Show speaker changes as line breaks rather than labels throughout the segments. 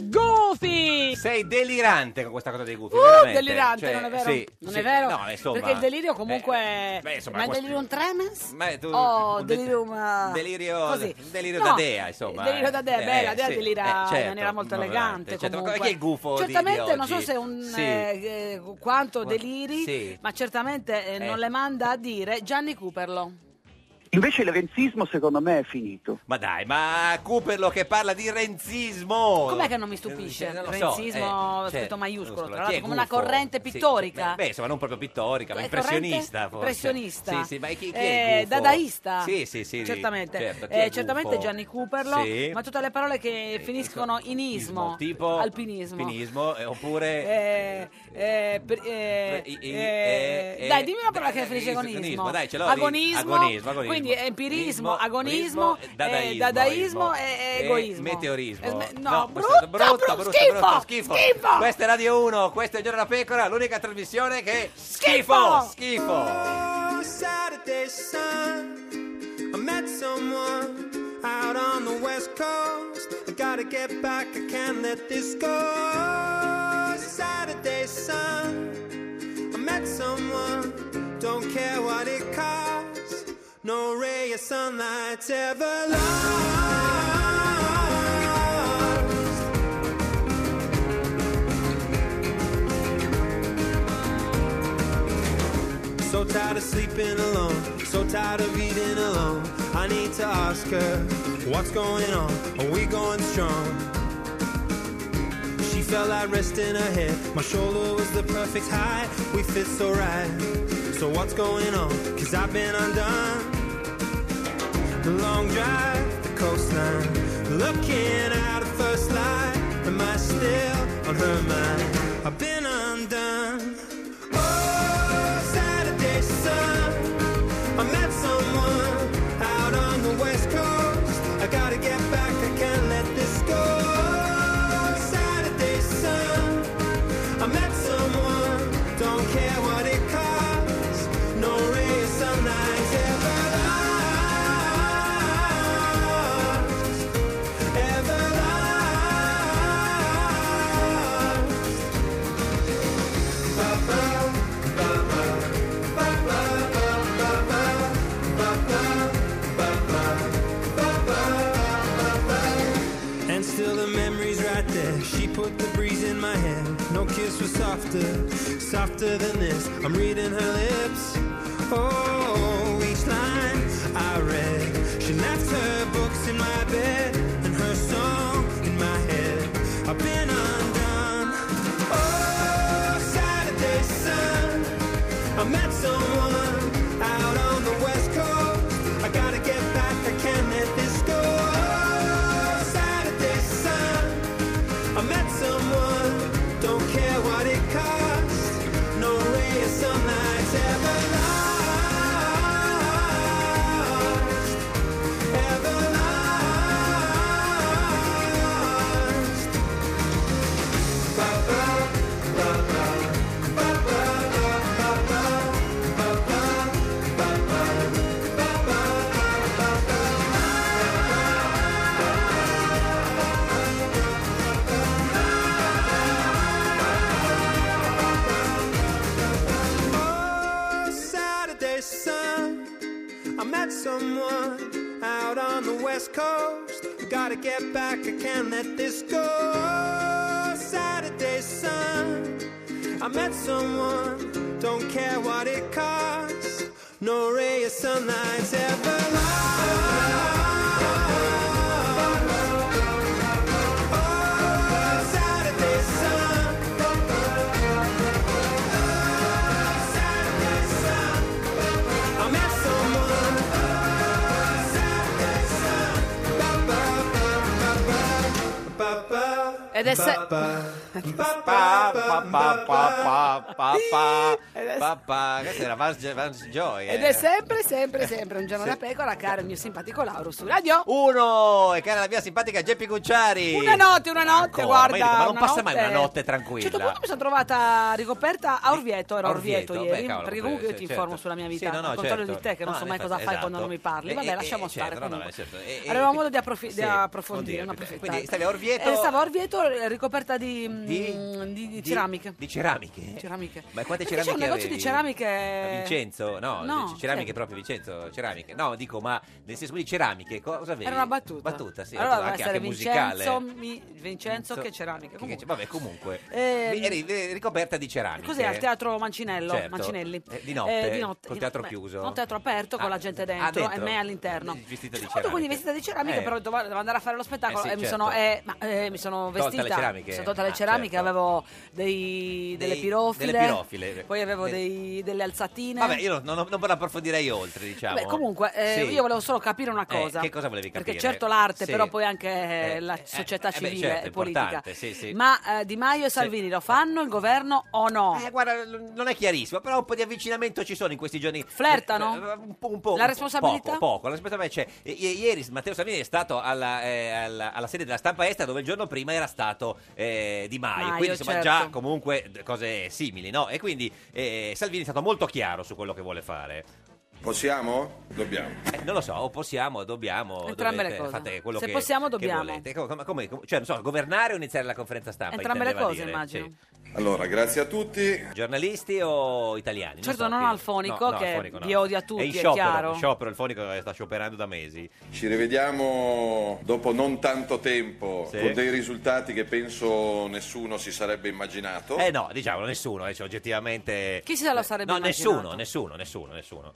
Goofy!
Sei delirante con questa cosa dei gufi,
Uh,
veramente.
delirante,
Cioè,
non è vero?
sì,
non
sì.
è vero?
No, insomma,
Perché il delirio comunque...
eh, beh, insomma,
ma il
questo-
delirium tremens?
Ma tu-
oh,
un de-
delirium... ah,
delirio,
così.
un delirio
No,
da dea, insomma.
il delirio da dea,
Eh,
beh, la dea
sì,
delira
eh, certo,
in maniera molto
ma
elegante
veramente, certo,
comunque.
chi è il gufo di- di
Certamente, non so
oggi?
se un...
Sì.
eh, eh, quanto
Guarda,
deliri,
sì.
ma certamente eh, non
Eh.
le manda a dire Gianni Cooperlo.
Invece il renzismo secondo me è finito.
Ma dai, ma Cooperlo che parla di renzismo.
Com'è che non mi stupisce?
Oh. Eh, non lo so,
Renzismo
eh,
scritto
certo,
maiuscolo,
minuscolo.
tra
Chi
l'altro,
è
come una
gufo?
corrente
Sì,
pittorica.
cioè, beh, insomma, non proprio pittorica, ma
È corrente?
impressionista forse.
Impressionista.
Sì, sì, ma chi, chi
Eh,
è il gufo?
dadaista.
Sì, sì, sì.
Certamente,
certo, chi
Eh,
è il
certamente
gufo?
Gianni Cooperlo,
Sì.
ma tutte le parole che finiscono in ismo,
Ismo, tipo
alpinismo.
alpinismo, eh, oppure
Eh, eh, per- eh,
I- i-
eh,
eh,
dai, dimmi una parola
dai,
che finisce con
agonismo,
ismo.
dai, ce l'ho lì.
agonismo,
Agonismo, agonismo.
Quindi empirismo,
Ismo,
agonismo, eh,
ismo,
dadaismo,
dadaismo, ismo.
e
E
egoismo.
meteorismo.
Eh, sme- no,
No, questo
brutto,
è brutto,
brutto,
brutto,
schifo,
brutto, schifo.
schifo.
Questa è Radio 1, questa è Giorno da Pecora, l'unica trasmissione che
Schifo.
schifo, schifo.
Oh, Saturday sun. I met someone out on the west coast. I gotta get back, I can't let this go. Oh, Saturday sun. I met someone, don't care what it costs. No ray of sunlight's ever lost. So tired of sleeping alone, so tired of eating alone. I need to ask her, what's going on? Are we going strong? She felt like resting her head, my shoulder was the perfect height. We fit so right. So what's going on? Cause I've been undone. The long drive, the coastline, looking out of first light. Am I still on her mind? I've been undone. Oh, Saturday sun. I met someone out on the west coast. I gotta get back, I can't let this go. Oh, Saturday sun. I met someone, don't care what it costs. No ray of sunlight's ever lost. Ever lost. Ba-ba. And still the memory's right there. She put the breeze in my hair. No kiss was softer, softer than this. I'm reading her lips. Oh, each line I read. She left her books in my bed and her song in my head. I've been undone. Oh, Saturday sun. I met someone out on the west coast. I gotta get back, I can't let this go. Oh, Saturday sun. I met someone, don't care what it costs. No ray of sunlight's ever lost. Ever lost. Ba-ba. Oh, Saturday sun. I met someone out on the west coast. Gotta get back, I can't let this go. Oh, Saturday sun. I met someone, don't care what it costs. No ray of sunlight's ever lost. Oh, Saturday sun. I met someone. Ba ba ba ba ba ba ba.
Ed è se-
Pa, pa, pa, pa, pa, pa, pa,
Ed è-
pa, pa. Questa era Vance Vance Joy. eh.
eh, Ed è sempre, sempre, sempre un giorno da pecora, caro il mio simpatico Lauro su radio.
Uno, e cara la mia simpatica Geppi Cucciari.
Una notte, una notte,
Ancora,
guarda.
ma io dico, ma non
una
passa mai una notte tranquilla.
A un certo punto mi sono trovata ricoperta a Orvieto, era
A
Orvieto,
Orvieto,
ieri,
beh, cavolo,
perché comunque io ti
certo.
informo sulla mia vita,
Sì, no, no,
al contrario
certo.
di te che non
No,
so mai
infatti,
cosa fai
esatto.
quando non mi parli.
E-
Vabbè,
e-
lasciamo
e-
stare
certo, no, no,
comunque.
certo. E- e-
Avevamo modo di, approfi-
sì,
di approfondire,
oddio,
non
beh,
approfittare.
quindi stavi a Orvieto-
Eh, stavo a Orvieto eh, ricoperta di, mm, di- di ceramiche.
Di ceramiche?
Ceramiche.
Ma quante
Perché
ceramiche
Cioè, c'è un negozio
avevi?
di ceramiche-
Ma Vincenzo? No,
No, cioè,
dici ceramiche
chi è?
proprio Vincenzo, ceramiche. No, dico, ma nel senso di ceramiche, cosa avevi?
Era una battuta.
Battuta, sì,
allora, doveva
anche, anche
essere
musicale.
Vincenzo, mi- Vincenzo che ceramiche.
Che- che-
comunque.
vabbè, comunque.
Ehm,
Vi- eri eh, ricoperta di ceramiche.
Cos'è al teatro Mancinello?
Certo.
Mancinelli?
Eh, di notte?
Eh,
Col
di
teatro
notte.
chiuso?
No, teatro aperto
Ah,
con la gente
ah,
dentro,
dentro.
e me all'interno.
Eh, vestita di
Sono venuta quindi
ceramiche.
vestita di ceramiche,
Eh.
però dovevo dovevo andare a fare lo spettacolo
Eh sì,
e mi
certo.
sono, eh, ma, eh, mi sono
Tolta le
vestita.
ceramiche.
Mi sono tolta le
Ah,
ceramiche,
certo.
avevo dei- delle
Dei-
pirofile.
delle pirofile.
Poi avevo
Dei-
dei- delle alzatine.
Vabbè, io non, non, non per approfondirei oltre, diciamo.
Vabbè, comunque, eh,
Sì.
io volevo solo capire una
Eh,
cosa.
che cosa volevi capire?
Perché certo l'arte,
Sì.
però poi anche eh,
Eh,
la
eh,
società
eh, beh,
civile
certo,
e politica.
importante, sì, sì.
Ma eh, Di Maio e Salvini lo fanno il governo o no?
Eh, guarda, l- non è chiarissimo, però un po' di avvicinamento ci sono in questi giorni.
Flirtano?
Eh, eh, Un po', un po',
La
un-
responsabilità?
Poco, poco. La responsabilità c'è. I- i- ieri Matteo Salvini è stato alla, eh, alla, alla sede della stampa estera dove il giorno prima era stato eh, Di Maio.
Maio,
quindi insomma
certo.
già comunque d- cose simili, no? E quindi eh, Salvini è stato molto chiaro su quello che vuole fare.
Possiamo? Dobbiamo.
Eh, non lo so, o possiamo, o dobbiamo.
Entrambe
dovete-
le cose.
Fate quello
Se
che,
possiamo,
che
dobbiamo.
volete. Co- come- come- cioè, non so, governare o iniziare la conferenza stampa?
Entrambe le
intendeva
cose,
dire,
immagino.
sì.
Allora, grazie a tutti.
Giornalisti o italiani?
Certo,
so
non
chi-
Alfonico, che vi odia tutti,
È in
è
sciopero,
chiaro.
in sciopero, Alfonico eh, sta scioperando da mesi.
Ci rivediamo dopo non tanto tempo
Sì.
con dei risultati che penso nessuno si sarebbe immaginato.
Eh no, diciamolo, nessuno, eh, cioè, oggettivamente...
Chi se lo sarebbe
No,
immaginato?
nessuno, nessuno, nessuno, nessuno.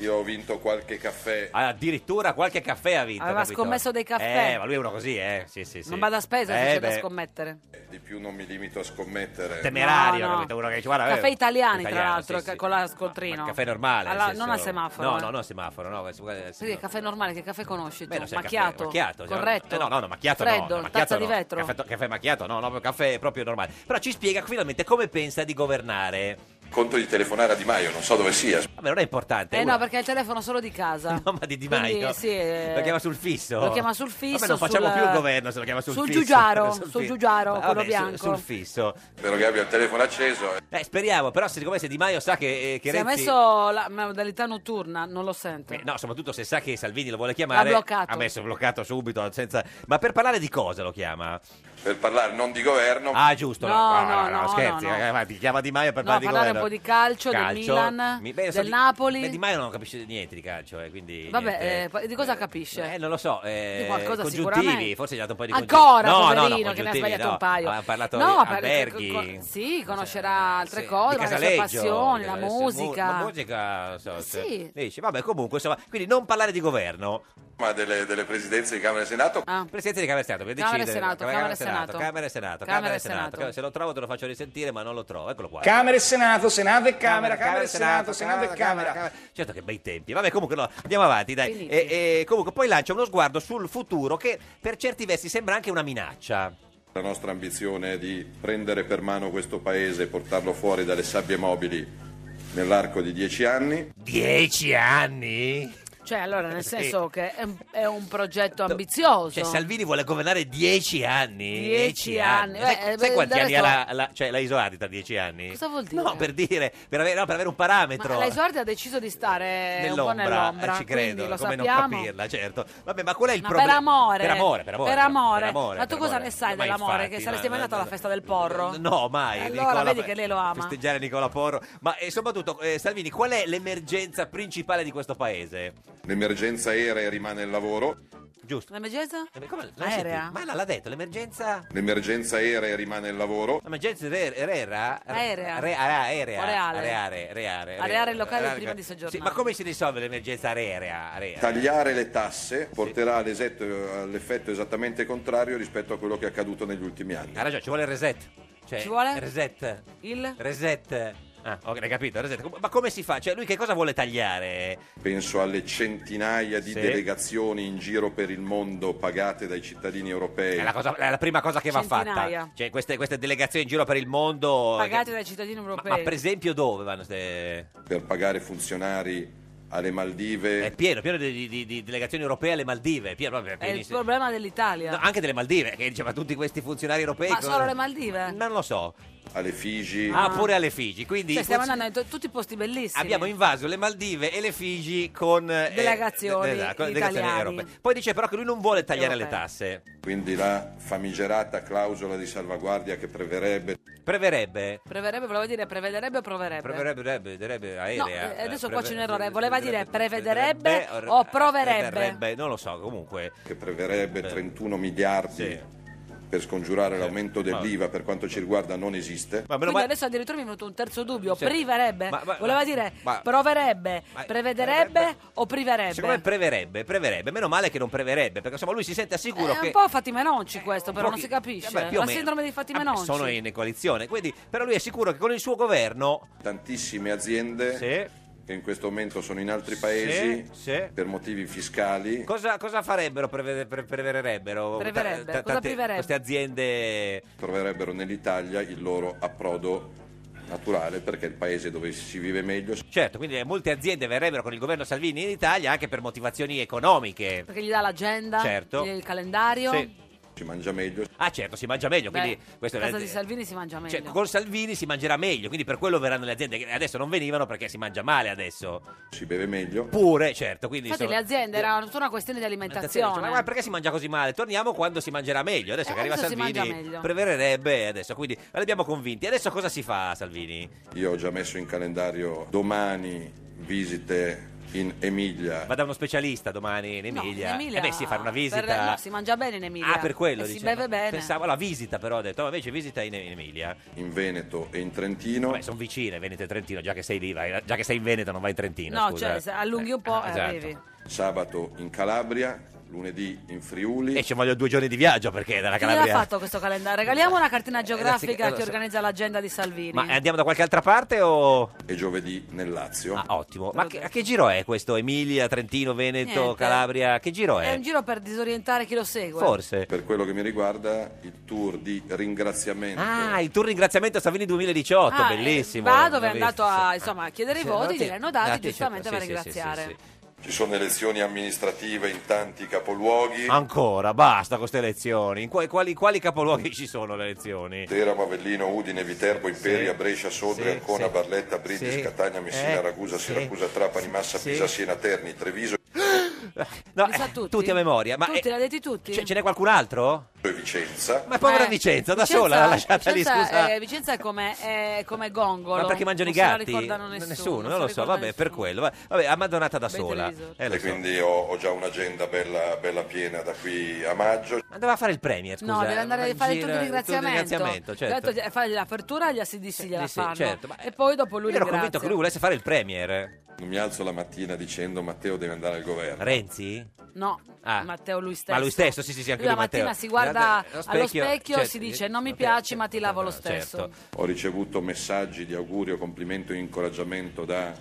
Io ho vinto qualche caffè.
Ah, Addirittura qualche caffè ha vinto.
Aveva
capito?
scommesso dei caffè.
Eh, ma lui è uno così, eh. Sì, sì, sì.
Non vado a spesa
Eh,
se c'è da
beh, ah,
scommettere.
Di più non mi limito a scommettere.
Temerario,
No, no.
capito? Uno che dice, guarda,
Caffè
vabbè,
italiani, tra
italiano,
l'altro,
sì, sì.
con la
Ma
scoltrino.
il caffè normale. nel
Alla-
senso-
non a semaforo.
No,
eh.
no, non a semaforo. No, questo- questo-
Perché il caffè normale, che caffè conosci tu?
Beh, non so, il caffè
macchiato,
macchiato, cioè,
corretto,
eh, no, no, no, macchiato no,
freddo,
no, macchiato
tazza di
no,
vetro.
Caffè, caffè macchiato, no, no, caffè proprio normale. Però ci spiega finalmente come pensa di governare.
Conto di telefonare a Di Maio, non so dove sia.
Vabbè, non è importante.
Eh
uno-
no, perché ha il telefono solo di casa.
No, ma di Di
Quindi,
Maio.
sì, eh,
Lo chiama sul fisso.
Lo chiama sul fisso.
Vabbè, non facciamo
sul-
più il governo se lo chiama sul,
sul
fisso.
giugiaro,
Sul
sul
fi-
giugiaro,
Ma
quello
vabbè, su-
bianco.
Sul fisso.
Spero che abbia il telefono acceso.
Eh, speriamo, però siccome se Di Maio sa che, eh, che
Se ha
Renzi...
messo la modalità notturna, non lo sente.
Eh, No, soprattutto se sa che Salvini lo vuole chiamare.
L'ha bloccato.
Ha messo bloccato subito. senza- Ma per parlare di cosa lo chiama?
Per parlare non di governo,
Ah, giusto. No,
No,
no, no,
no, no,
scherzi.
no, no.
eh, ma ti chiama Di Maio per
No,
parlare di
parlare
governo.
un po' di calcio, del Milan,
non
del
Di-
Napoli.
Beh, Di Maio non capisce niente di calcio, eh, quindi
Vabbè,
niente.
eh, di cosa capisce?
Eh, non lo so, eh,
Di qualcosa
congiuntivi,
sicuramente.
forse gli ha dato un po' di
Ancora,
congiuntivi. no,
poverino,
no, no,
che ne ha
congiuntivi,
sbagliato
no.
un paio.
Ha parlato
no,
di
per-
alberghi.
co- sì, conoscerà
Cioè,
altre
sì,
cose, ma
di
le sue
Casaleggio,
passioni, la
adesso, mu-
musica. Eh,
ma musica, non so, cioè,
Sì.
dici, vabbè, comunque, insomma, quindi non parlare di governo.
ma delle, delle presidenze di Camera e Senato.
Ah.
Presidente di Camera e Senato, per
Camera e
decidere.
Senato, Camera e Senato.
Camera e Senato, Camera e Senato. Camera- Se lo trovo te lo faccio risentire, ma non lo trovo. Eccolo qua.
Camera e Senato, Senato e Camera, Camera e Senato, Senato e Camera.
Certo che bei tempi. Vabbè, comunque no, andiamo avanti, dai.
Finiti.
E, e comunque poi lancia uno sguardo sul futuro che per certi versi sembra anche una minaccia.
La nostra ambizione è di prendere per mano questo paese e portarlo fuori dalle sabbie mobili nell'arco di dieci anni.
Dieci anni?
Cioè, allora, nel
Sì.
senso che è un, è un progetto ambizioso.
Cioè, Salvini vuole governare dieci anni.
Dieci anni.
Sai,
Beh, eh,
sai
beh,
quanti
del
anni ha
resto-
la, la- cioè, la Isoardi tra dieci anni?
Cosa vuol dire?
No, per dire, per avere, no, per avere un
ma
parametro.
la Isordi ha deciso di stare un po'
Nell'ombra,
nell'ombra,
eh, ci credo,
quindi lo
come
sappiamo.
non capirla, certo. Vabbè, ma qual è il
Ma per
problema?
amore.
per amore, per amore,
Per amore. Ma tu
per
cosa
amore.
ne sai
Ma
dell'amore?
infatti,
Che saresti
ma-
mai andato alla festa del porro?
No, mai.
Allora, vedi che lei lo ama.
Festeggiare Nicola Porro. Ma e soprattutto, eh, Salvini, qual è l'emergenza principale di questo paese?
L'emergenza aerea rimane il lavoro.
Giusto.
L'emergenza?
Eh, come- l'hai
Aerea?
sentito? Ma Ah, l'ha- l'ha detto, l'emergenza...
L'emergenza aerea rimane il lavoro.
L'emergenza re- rera? Re-
Aerea.
Re, ara- aerea.
O reale.
Areare, reare, re-
Areare il locale
reare-
prima di soggiornare.
Sì, ma come si risolve l'emergenza aerea? aerea?
Tagliare le tasse porterà all'esetto- all'effetto esattamente contrario rispetto a quello che è accaduto negli ultimi anni.
Ha ragione, ci vuole il reset. Cioè,
Ci vuole?
Reset.
Il?
Reset. Ah, ok, hai capito. resente. Com- Ma come si fa? Cioè, lui che cosa vuole tagliare?
Penso alle centinaia di
Sì.
delegazioni in giro per il mondo pagate dai cittadini europei.
È la, cosa- è la prima cosa che va
Centinaia.
fatta. Cioè, queste, queste delegazioni in giro per il mondo.
Pagate dai cittadini europei.
Ma per esempio dove vanno? queste-
Per pagare funzionari alle Maldive.
È pieno, pieno di, di- di delegazioni europee alle Maldive. Pieno, proprio,
È il
pienissimo.
problema dell'Italia.
No, anche delle Maldive, che diceva tutti questi funzionari europei.
ma
cosa-
solo le Maldive?
Non lo so.
Alle Figi.
Ah, pure alle Figi. Quindi
Cioè, stiamo
forse-
andando in to- tutti i posti bellissimi.
abbiamo invaso le Maldive e le Figi con... eh,
Delegazioni
con delegazioni
italiane.
europee. Poi dice però che lui non vuole tagliare le
Europee.
tasse.
Quindi la famigerata clausola di salvaguardia che preverebbe.
Preverebbe?
Preverebbe, volevo dire, prevederebbe o proverebbe?
Preverebbe, direbbe, direbbe
No,
aerea.
eh, adesso
Eh,
qua
preve-
c'è un errore. Voleva dire prevederebbe
prevederebbe
o proverebbe.
Preverebbe, non lo so, comunque. Eh,
Che preverebbe 31 miliardi per scongiurare l'aumento dell'IVA per quanto ci riguarda non esiste.
Quindi adesso addirittura mi è venuto un terzo dubbio.
Sì.
Priverebbe.
Ma- ma-
Voleva
ma-
dire
Cioè, ma-
proverebbe,
ma-
prevederebbe o priverebbe.
Secondo me preverebbe, preverebbe. Meno male che non preverebbe, perché insomma lui si sente
è
assicuro
Eh, un
che...
po' Fatima Nonci questo, però non si
pochi-
capisce.
vabbè, più o
La
meno.
sindrome di Fatima
Vabbè,
Nonci.
sono in coalizione, quindi, però lui è sicuro che con il suo governo
Tantissime aziende che in questo momento sono in altri paesi per motivi fiscali.
cosa, cosa farebbero? Prevede- pre- preverebbero?
Preverebbe,
Ta- ta-
cosa
tante-
preverebbe?
Queste aziende...
Troverebbero nell'Italia il loro approdo naturale perché è il paese dove si vive meglio.
Certo, quindi eh, molte aziende verrebbero con il governo Salvini in Italia anche per motivazioni economiche.
Perché gli dà l'agenda,
Certo.
gli dà il calendario.
Sì.
Si mangia meglio.
Ah certo, si mangia meglio,
Beh,
quindi questo
a casa
veramente-
di Salvini si mangia meglio.
Cioè, con Salvini si mangerà meglio, quindi per quello verranno le aziende che adesso non venivano perché si mangia male adesso.
Si beve meglio.
Pure, certo, quindi
Infatti
insomma-
le aziende erano tutta una questione di
Attenzione,
alimentazione.
dice, Ma guarda, perché si mangia così male? Torniamo quando si mangerà meglio. Adesso
Eh,
che arriva
adesso si mangia
Salvini,
meglio.
prevererebbe adesso. Quindi li abbiamo convinti. Adesso cosa si fa, Salvini?
Io ho già messo in calendario domani visite in Emilia.
Va da uno specialista domani in
No,
Emilia.
in Emilia-
Eh beh, si farà una visita.
per- no, si mangia bene in Emilia.
Ah, per quello
E si
dice.
beve
No,
bene.
Pensavo alla visita, però ho detto, ma invece visita in, in Emilia.
In Veneto e in Trentino.
Beh, sono vicine, Veneto e Trentino, già che sei lì, vai- già che sei in Veneto non vai in Trentino.
No,
scusa. eh.
cioè, se allunghi un po' e
esatto.
arrivi.
Sabato in Calabria, lunedì in Friuli.
E ci vogliono due giorni di viaggio perché dalla
Chi gliel'ha fatto questo calendario? Regaliamo una
Eh,
cartina geografica
ragazzi,
che organizza l'agenda di Salvini.
Ma eh, andiamo da qualche altra parte o...
E giovedì nel Lazio.
Ah, ottimo. Ma che, a che giro è questo? Emilia, Trentino, Veneto,
Niente.
Calabria? Che giro
È
è?
un eh. giro per disorientare chi lo segue.
eh. Forse.
Per quello che mi riguarda, il tour di ringraziamento.
Ah, il tour ringraziamento a Savini 2018,
Ah, eh,
bellissimo.
Va dove è
L'ho
andato
visto.
a, insomma, a chiedere
Sì, ah,
i
no,
voti,
sì.
glieli hanno dati,
Dati,
giustamente
sì,
per
sì, sì,
ringraziare.
sì,
Ci sono elezioni amministrative in tanti capoluoghi.
Ancora, basta con queste elezioni. In qua- quali, quali capoluoghi ci sono le elezioni?
Teramo, Avellino, Udine, Viterbo, Imperia, Brescia, Sondrio,
Sì,
Ancona,
sì.
Barletta, Brindisi,
Sì.
Catania, Messina,
Eh,
Ragusa,
sì.
Siracusa, Trapani, Massa, Pisa, Siena, Terni, Treviso
No, eh, tutti? a memoria. Ma
Tutti,
eh,
l'ha detti tutti?
ce, ce n'è qualcun altro?
e Vicenza.
Ma povera
Eh,
Vicenza, da
Vicenza-
sola l'ha lasciata lì,
Vicenza,
scusa.
eh, Vicenza è come, è come gongolo.
Ma perché mangiano i
non
gatti?
Se la ricordano
N-
nessuno.
non lo so, vabbè, per quello. Va- Vabbè, abbandonata da
Bei
sola.
televisori.
Eh, lo
e
so.
quindi ho, ho già un'agenda bella, bella piena da qui a maggio.
Andava a fare il Premier, scusa.
No, deve andare a
in
fare il
giro-
tour di ringraziamento.
ringraziamento, certo.
Ho detto, eh, fagli l'apertura agli ACDC gliela
Sì, sì,
fanno.
certo, ma-
e poi dopo lui
Io ero
ringrazia.
convinto che lui volesse fare il Premier.
Non mi alzo la mattina dicendo Matteo deve andare al governo.
Renzi?
No,
Ah.
Matteo lui stesso.
Ma lui stesso, sì, sì, sì, anche
Lui la
lui, Matteo.
mattina si guarda
Guarda, allo
allo
specchio,
specchio e
certo,
si dice non mi piaci ma ti lavo lo stesso.
Ho ricevuto messaggi di augurio, complimento e incoraggiamento da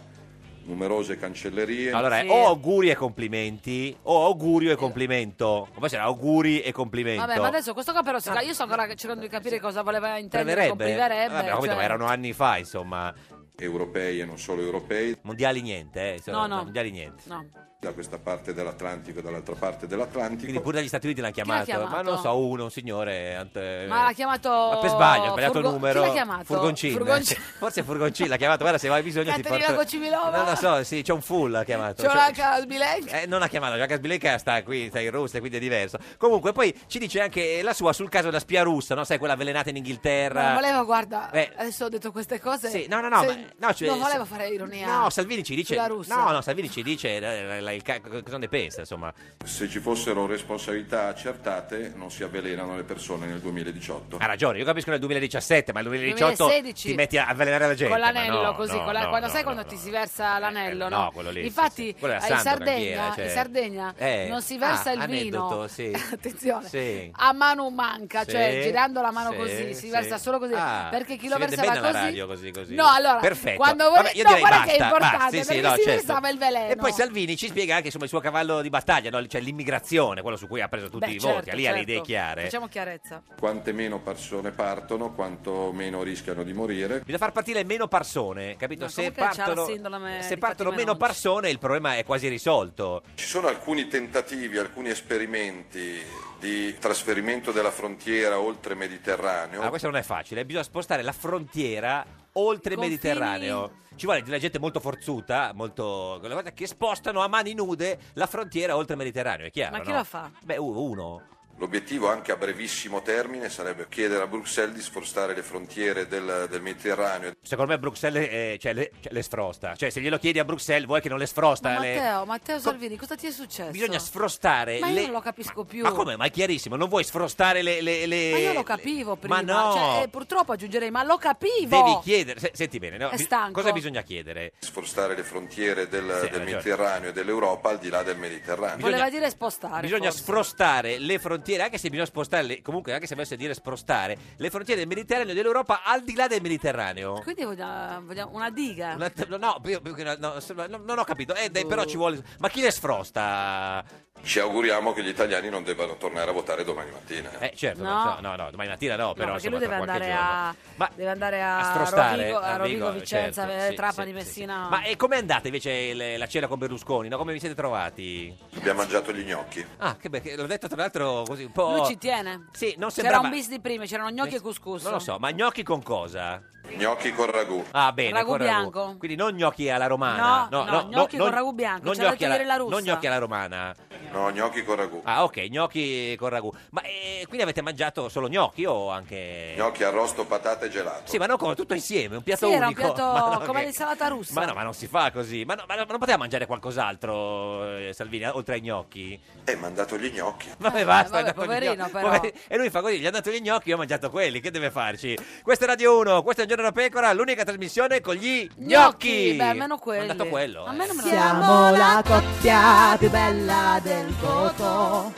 numerose cancellerie.
Allora, è o auguri e complimenti, o augurio e complimento. Come c'era auguri e complimento?
Vabbè, ma adesso questo qua però si ca- io sto ancora cercando di capire cosa voleva intendere con
Preverebbe?
priverebbe.
Vabbè, ho capito,
cioè-
ma erano anni fa, insomma.
Europei e non solo europei.
Mondiali niente, eh. insomma,
No, no.
Mondiali niente.
No.
Da questa parte dell'Atlantico e dall'altra parte dell'Atlantico.
Quindi pure dagli Stati Uniti l'hanno chiamato.
chiamato?
Ma non so, uno, un signore. ant-
Ma l'ha chiamato
Eh. Ma per sbaglio, ha sbagliato
Furgo-
il numero.
Chi l'ha chiamato?
Furgoncin.
Furgoncin.
Forse Furgoncin l'ha chiamato. Guarda, se hai bisogno cioè, ti
Caterina
porto...
Gocimilova.
Non lo so, sì, c'è un full l'ha chiamato.
C'ho
C'è-
la Calbilenca.
Eh, non ha chiamato, Giacca Sbilenca sta qui, sta in Russia, quindi è diverso. Comunque, poi ci dice anche la sua sul caso della spia russa, no? Sai, quella avvelenata in
Non
Inghilterra.
volevo, guarda,
Eh.
adesso ho detto queste cose.
Sì, no, no, no,
se-
ma- no, cioè,
non volevo
se-
fare ironia.
No, Salvini ci dice.
sulla Russia.
No, no, Salvini ci dice eh, la- il ca- cosa ne pensa, insomma.
Se ci fossero responsabilità accertate, non si avvelenano le persone nel 2018.
Ha ragione, io capisco nel 2017, ma nel 2018
2016.
ti metti a avvelenare la gente.
con
ma
l'anello
no,
così,
no,
con la-
no,
quando
no,
sai
no,
quando ti si versa l'anello,
Eh,
no?
no, quello lì, sì,
Infatti,
sì. Quello era
eh, in
Sandro
Sardegna,
Ganghiera, cioè.
in Sardegna
Eh,
non si versa
ah,
il vino.
aneddoto, sì.
Attenzione.
Sì.
A mano manca,
Sì,
cioè girando la mano
sì,
così, si
sì.
versa solo così,
Ah,
perché chi
si
lo
vede
versava
bene alla
così
radio così, così.
No, allora,
perfetto.
Quando volete-
io
no,
direi
guarda
basta,
che è importante,
basta, sì, sì,
perché
no,
si
certo.
restava il veleno.
E poi Salvini ci spiega anche insomma, il suo cavallo di battaglia, no? cioè l'immigrazione, quello su cui ha preso tutti
Beh,
i
certo,
voti. Lì ha le idee
certo.
chiare.
Facciamo chiarezza.
Quante meno persone partono, quanto meno rischiano di morire.
Bisogna far partire meno persone, capito?
Ma
se
comunque c'ha la
partono,
sindrome
se
di
partono
Fatima
meno
Ronci.
persone il problema è quasi risolto.
Ci sono alcuni tentativi, alcuni esperimenti di trasferimento della frontiera oltre Mediterraneo.
Ah, questo non è facile, bisogna spostare la frontiera oltre il
Confini-
Mediterraneo. Ci vuole della gente molto forzuta, molto quella volta che spostano a mani nude la frontiera oltre il Mediterraneo, è chiaro,
Ma chi
no?
la fa?
Beh, u- uno.
L'obiettivo anche a brevissimo termine sarebbe chiedere a Bruxelles di sfrostare le frontiere del, del Mediterraneo.
Secondo me Bruxelles eh, cioè, le, cioè, le sfrosta. Cioè, se glielo chiedi a Bruxelles, vuoi che non le sfrosta? le-
Matteo, Matteo Salvini, cosa ti è successo?
Bisogna sfrostare
Ma io
le...
non lo capisco più.
Ma come? Ma è chiarissimo, non vuoi sfrostare le... le- le-
Ma io lo
le-
capivo
Ma
prima.
no!
Cioè, eh, purtroppo aggiungerei, ma lo capivo.
Devi chiedere, se- senti bene, no?
È
Bi-
stanco.
cosa bisogna chiedere?
Sfrostare le frontiere del,
hai
del
ragione.
Mediterraneo e dell'Europa al di là del Mediterraneo.
Voleva dire spostare.
Bisogna
forse.
sfrostare le frontiere, anche se bisogna spostare, le- comunque anche se volesse dire sprostare, le frontiere del Mediterraneo e dell'Europa al di là del Mediterraneo.
Quindi vogliamo, vogliamo una diga.
Una- no, no, io- io- no, no, non ho capito, Eh, dai, però ci vuole... Ma chi le sfrosta?
Ci auguriamo che gli italiani non debbano tornare a votare domani mattina.
Eh certo,
No.
no, no, no, domani mattina no,
No,
però
perché
insomma,
lui deve
tra qualche
andare,
giorno.
a, deve andare a,
strostare,
Rovigo, a
a Rovigo,
Rovigo, Vicenza,
certo,
eh,
sì,
Trapani,
sì,
Messina.
Ma e com'è andata invece il- la cena con Berlusconi? no? Come vi siete trovati?
Abbiamo mangiato gli gnocchi.
Ah, che beh, che- l'ho detto tra l'altro così un po'...
Lui ci tiene.
Sì, non
C'era
sembrava-
un bis di prima, c'erano gnocchi e couscous.
Non lo so, ma gnocchi con cosa?
Gnocchi con ragù.
Ah, bene,
Ragù
con
bianco.
Quindi non gnocchi alla romana.
No, no, gnocchi con ragù bianco,
Non
ce l'ha
gnocchi,
detto
alla,
ieri la russa.
non gnocchi alla romana.
No, gnocchi con ragù.
Ah, ok, gnocchi con ragù. Ma eh, quindi avete mangiato solo gnocchi o anche...
Gnocchi, arrosto, patate e gelato.
Sì, ma non come tutto insieme, un piatto
Sì, era un
unico.
piatto
Ma no,
come
che-
l'insalata russa.
Ma no, ma non si fa così. Ma, no, ma no- ma non poteva mangiare qualcos'altro, eh, Salvini, oltre ai gnocchi?
Eh, mi ha dato gli gnocchi.
Vabbè,
Eh,
basta.
vabbè,
ha dato gli
poverino,
gnocchi.
però.
Poveri- E lui fa così, gli ha dato gli gnocchi, io ho mangiato quelli, che deve farci? Questa è Radio 1, questo è Un Giorno da Pecora, l'unica trasmissione con gli gnocchi.
Beh, almeno quelli.
Ha dato quello.
A
eh.
me non me lo-
Siamo la coppia più bella del voto.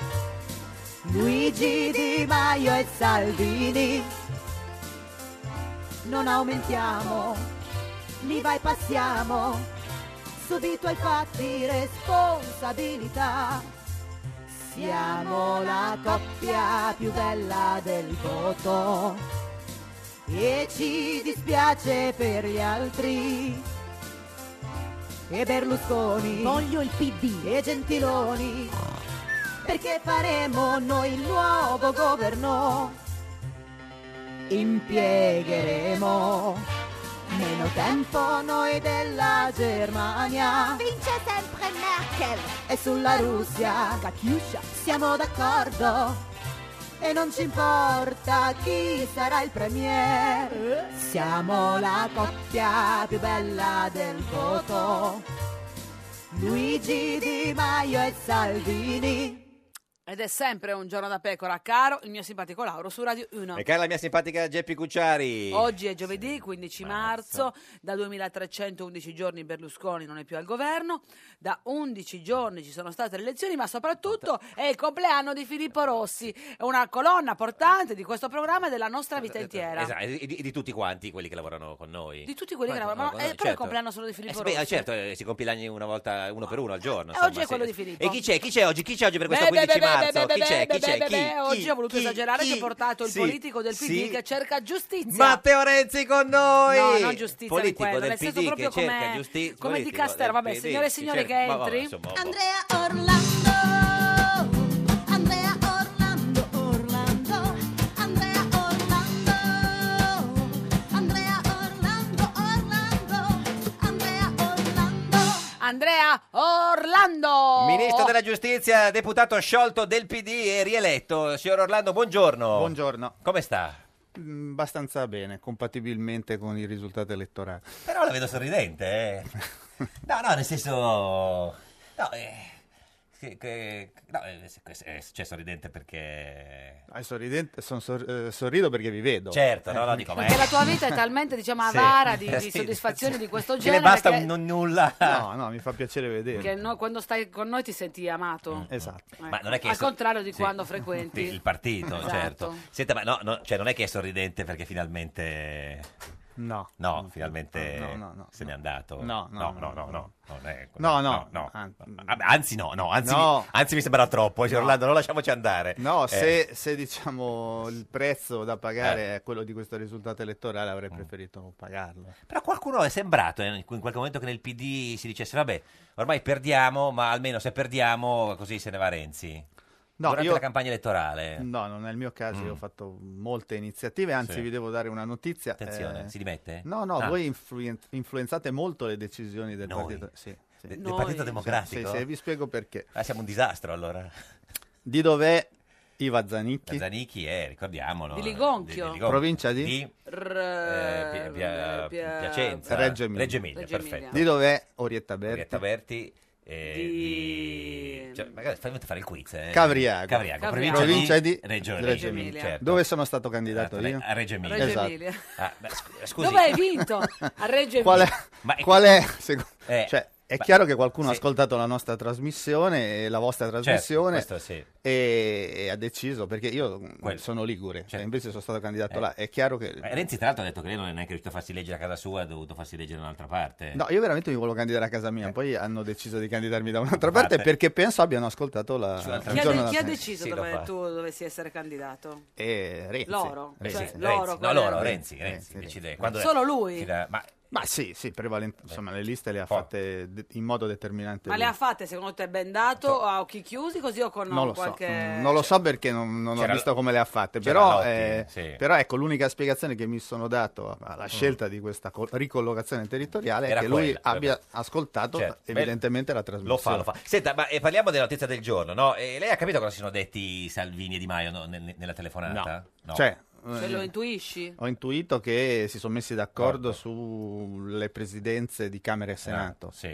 Luigi Di Maio e Salvini. Non aumentiamo, li vai passiamo. Subito ai fatti responsabilità. Siamo la coppia più bella del voto. E ci dispiace per gli altri e Berlusconi. Voglio il PD e Gentiloni. Perché faremo noi il nuovo governo. Impiegheremo meno tempo noi della Germania. Vince sempre Merkel. E sulla Russia. Siamo d'accordo. E non ci importa chi sarà il premier. Siamo la coppia più bella del voto. Luigi Di Maio e Salvini.
Ed è sempre un giorno da pecora, caro il mio simpatico Lauro su Radio 1.
E cara la mia simpatica Geppi Cucciari.
Oggi è giovedì 15 marzo, da 2311 giorni Berlusconi non è più al governo, da 11 giorni ci sono state le elezioni, ma soprattutto è il compleanno di Filippo Rossi, è una colonna portante di questo programma e della nostra vita intera.
Esatto, e di, e di tutti quanti quelli che lavorano con noi.
Di tutti quelli che
Quanti
lavorano, ma-
con noi,
eh, però è il
certo.
compleanno solo di
Eh,
Filippo
sì, beh,
Rossi.
certo, eh, si compila ogni- una volta uno per uno al giorno.
Eh,
insomma,
oggi è
sì.
quello di Filippo.
E chi c'è? Chi c'è oggi? Chi c'è oggi per questo
Beh, beh,
15
beh, beh,
marzo?
beh,
Chi
beh,
c'è? Chi
beh,
c'è?
beh, beh, oh.
Chi?
Oggi ho voluto esagerare che ho portato il
Sì,
politico del PD
sì.
che cerca giustizia.
Matteo Renzi con noi!
No, non giustizia, di
Politico
quello,
del
nel senso
PD
proprio
che cerca
come-
giustizia.
come di
politico
Castero,
del
vabbè,
PD
signore e signori
cerca-
che
certo, ma vabbè,
entri.
insomma,
Andrea Orlando. Andrea Orlando, Orlando. Andrea Orlando. Andrea Orlando, Orlando. Andrea Orlando.
Andrea Orlando!
Ministro della Giustizia, deputato sciolto del PD e rieletto. Signor Orlando, buongiorno.
Buongiorno.
Come sta?
Mm, Abbastanza bene, compatibilmente con i risultati elettorali.
Però la vedo sorridente, eh. No, no, nel senso... No, eh, che- che- no, eh, eh, cioè sorridente perché...
Ah, sorridente- son sor- eh, sorrido perché vi vedo. Eh.
Certo, no, no, dico, ma
Perché la tua vita è talmente, diciamo,
Sì.
avara di,
Eh,
di
sì,
soddisfazioni di questo
Che
genere
ne basta
che-
un
non nulla.
No, no, mi fa piacere vedere.
che no- quando stai con noi ti senti amato.
Esatto.
Ecco.
Ma non è che
Al
so-
contrario di
sì.
quando
Sì,
frequenti
il partito,
Esatto.
certo. Senta, ma no, no, cioè non è che è sorridente perché finalmente...
No.
No, finalmente
no, no, no,
se n'è andato.
No, no,
no, no, no, no, non è-
No, no.
no.
An-
Ah, beh, Anzi, no, no, anzi,
No.
Mi, anzi mi sembra troppo. Cioè,
No.
Orlando, non lasciamoci andare.
No,
Eh,
se, se, diciamo il prezzo da
Eh.
pagare è quello di questo risultato elettorale, avrei
Mm.
preferito non pagarlo.
Però qualcuno è sembrato eh, in quel- in qualche momento che nel PD si dicesse: vabbè, ormai perdiamo, ma almeno se perdiamo, così se ne va Renzi.
No,
Durante
io-
la campagna elettorale.
No, non è il mio caso,
Eh. Mm.
io ho fatto molte iniziative, anzi
Sì.
vi devo dare una notizia. eh,
Attenzione, si dimette?
No, no,
Ah.
voi influen- influenzate molto le decisioni del
Noi?
Partito, sì, sì.
De- del Noi? Partito Democratico?
Sì, sì, vi spiego perché.
Ah, siamo un disastro allora.
Di dov'è Iva Zanicchi?
Zanicchi è, eh, ricordiamolo.
Di Ligonchio.
Provincia di?
Eh, Pi- Pia- Piacenza.
Reggio Emilia.
Reggio Emilia.
perfetto.
Di dov'è Orietta Berti?
Orietta Berti. eh, di... Cioè, magari fai fare il quiz. eh.
Cavriago.
Cavriago, provincia, di Reggio, Reggio Emilia. certo.
Dove sono stato candidato
Esatto,
io?
a Reggio Emilia.
Reggio
Esatto.
Emilia.
Ah, beh, scu- scusi.
Dove hai vinto? A Reggio Emilia.
Qual è?
Ma è-
qual è secondo-
Eh,
cioè, è
ma-
chiaro che qualcuno ha
sì. Certo,
ascoltato la nostra trasmissione, e la vostra trasmissione,
questo sì.
e, e ha deciso, perché io mh,
Quello. Certo.
sono ligure, cioè, invece sono stato candidato là. È chiaro che...
Eh, Renzi, tra l'altro, ha detto che lei non è neanche riuscito a farsi leggere a casa sua, ha dovuto farsi leggere da un'altra parte.
No, io veramente mi volevo candidare a casa mia,
Eh.
poi hanno deciso di candidarmi da un'altra parte
Parte.
perché penso abbiano ascoltato la...
Su un'altra
il
Chi ha,
giorno
de-
della
chi ha
trasmissione.
deciso dove tu dovessi essere candidato?
Eh,
E Renzi.
Loro.
Renzi.
Cioè,
Renzi.
loro.
No,
qual
loro,
era?
Renzi, Renzi, decide. Quando è-
Solo lui?
Fila- Ma Eh.
Ma sì, sì, prevalent- insomma, le liste le ha fatte de- in modo determinante.
Ma le
lui.
ha fatte secondo te ben dato o a occhi chiusi così o con
non lo
qualche...
so, mm, non lo so perché non, non ho
C'era-
visto come le ha fatte,
c'era
però,
Lotti,
eh,
sì. Mm.
però ecco l'unica spiegazione che mi sono dato alla scelta di questa co- ricollocazione territoriale
Era
è che lui
quella,
abbia ascoltato
Certo.
evidentemente la
Lo
trasmissione.
fa, lo fa. Senta, ma eh, parliamo della notizia del giorno, no? Eh, lei ha capito cosa si sono detti Salvini e Di Maio no, ne- ne- nella telefonata? No.
Cioè,
Cioè,
eh,
lo intuisci?
ho intuito che si sono messi d'accordo sulle presidenze di Camera e Senato.
Ah, sì.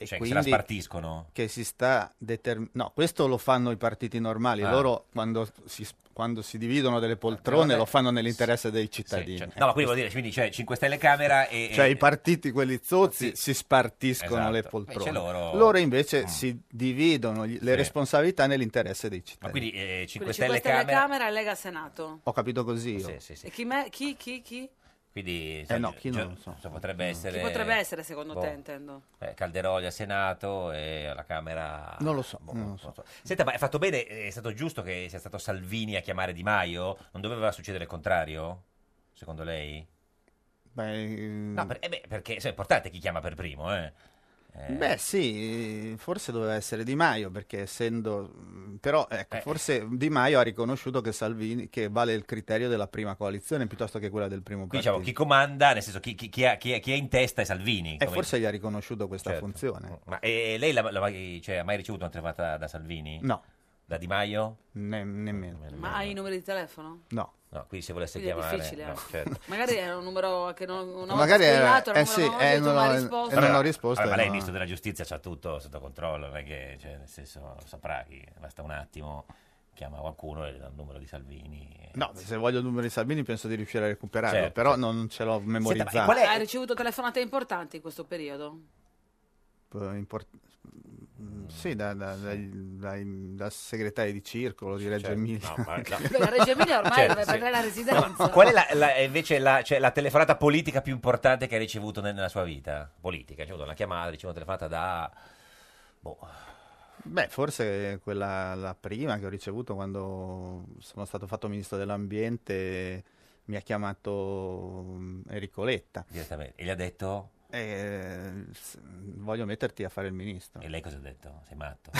E
Cioè, che se
quindi
la spartiscono.
Che si sta determinando. No, questo lo fanno i partiti normali.
Ah.
Loro quando si, quando si dividono delle poltrone
vabbè.
lo fanno nell'interesse dei cittadini.
Eh,
Ecco,
Cioè, no, ma quindi vuol dire, quindi c'è 5 Stelle Camera e...
Cioè,
e-
i partiti, quelli zozzi, si spartiscono
Esatto.
le poltrone.
Invece loro- Mm.
invece si dividono gli- le
Sì.
responsabilità nell'interesse dei cittadini.
Quindi eh,
Quindi
5 Stelle
5 Stelle
Camera...
Camera e Lega Senato.
Ho capito così io.
E chi, me- chi, chi, chi?
Quindi... insomma,
Eh, no, chi
gio-
non lo so.
insomma, Potrebbe essere...
Chi potrebbe essere secondo
boh,
te intendo?
eh, Calderoli al Senato e alla Camera... Boh,
Non lo so. non lo so.
Senta, ma è fatto bene, eh, è stato giusto che sia stato Salvini a chiamare Di Maio? Non doveva succedere il contrario, secondo lei?
Mm. Beh, mm.
No, per- eh beh, perché sai, è importante chi chiama per primo, eh. Eh,
Beh, sì, forse doveva essere Di Maio, perché essendo... Però, ecco,
Eh.
forse Di Maio ha riconosciuto che Salvini, che vale il criterio della prima coalizione piuttosto che quella del primo
qui
partito.
diciamo chi comanda, nel senso chi, chi- chi ha- chi è, chi è in testa è Salvini.
E
come-
Eh, forse gli ha riconosciuto questa
Certo.
funzione.
Ma eh, lei l'ha- l'ha mai- cioè, ha mai ricevuto una telefonata da Salvini?
No.
Da Di Maio?
Ne- nemmeno.
Ma hai i numeri di telefono?
No.
No, quindi se volesse
Quindi è
chiamare...
difficile,
no,
eh.
certo.
Magari era un numero che non, una volta
Magari era-
scrivato,
eh
era, un
sì,
numero
eh,
che non aveva
non ho-
risposto.
non ho risposto, eh,
Vabbè, ma lei
no.
il ministro della giustizia c'ha tutto sotto controllo, non è che, cioè, nel senso, saprà chi, basta un attimo, chiama qualcuno e dà il numero di Salvini. e-
No, se voglio il numero di Salvini penso di riuscire a recuperarlo,
Eh, Certo,
però non ce l'ho memorizzato.
Senta, ma Ah. qual è-
Hai ricevuto telefonate importanti in questo periodo?
P- import- mm, Sì, da, da- dai- dai- da segretario di circolo di Reggio Emilia.
Certo. no, ma- no.
Beh, Reggio Emilia ormai
Certo,
deve
sì.
pagare la residenza.
Qual è la, la- invece la, cioè, la telefonata politica più importante che ha ricevuto nel- nella sua vita? Politica, cioè, una chiamata, ricevuto una telefonata da... Boh,
Beh, forse quella la prima che ho ricevuto quando sono stato fatto ministro dell'ambiente mi ha chiamato mm, Enrico Letta.
direttamente. E gli ha detto...
Eh, s- voglio metterti a fare il ministro.
E lei cosa ha detto? Sei matto.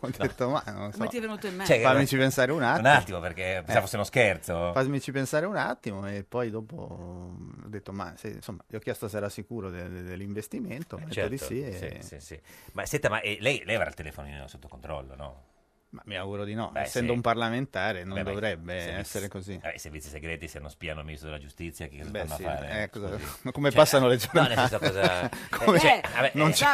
Ho detto, ma non so.
Come ti è venuto in mente?
Cioè,
Fammici pensare un attimo. Eh.
Un attimo, perché pensavo fosse uno scherzo.
Fammici pensare un attimo e poi dopo mm, ho detto, ma se- insomma, gli ho chiesto se era sicuro de- de- dell'investimento, mi ha detto
Certo,
di sì,
sì,
e-
sì, sì. Ma senta, ma eh, lei, lei avrà il telefonino sotto controllo, no?
ma mi auguro di no.
Beh,
Essendo
sì.
un parlamentare Eh, non
Beh, ma i
dovrebbe
servizi-
essere così.
eh, I servizi segreti se non spiano il ministro della giustizia, che cosa
Beh,
stanno
sì,
a fare?
eh, cosa-
Scusi.
ma come
Cioè,
passano le
no, nel
giornate?
senso, cosa-
Come-
cioè,
Eh,
vabbè,
non
eh,
ci-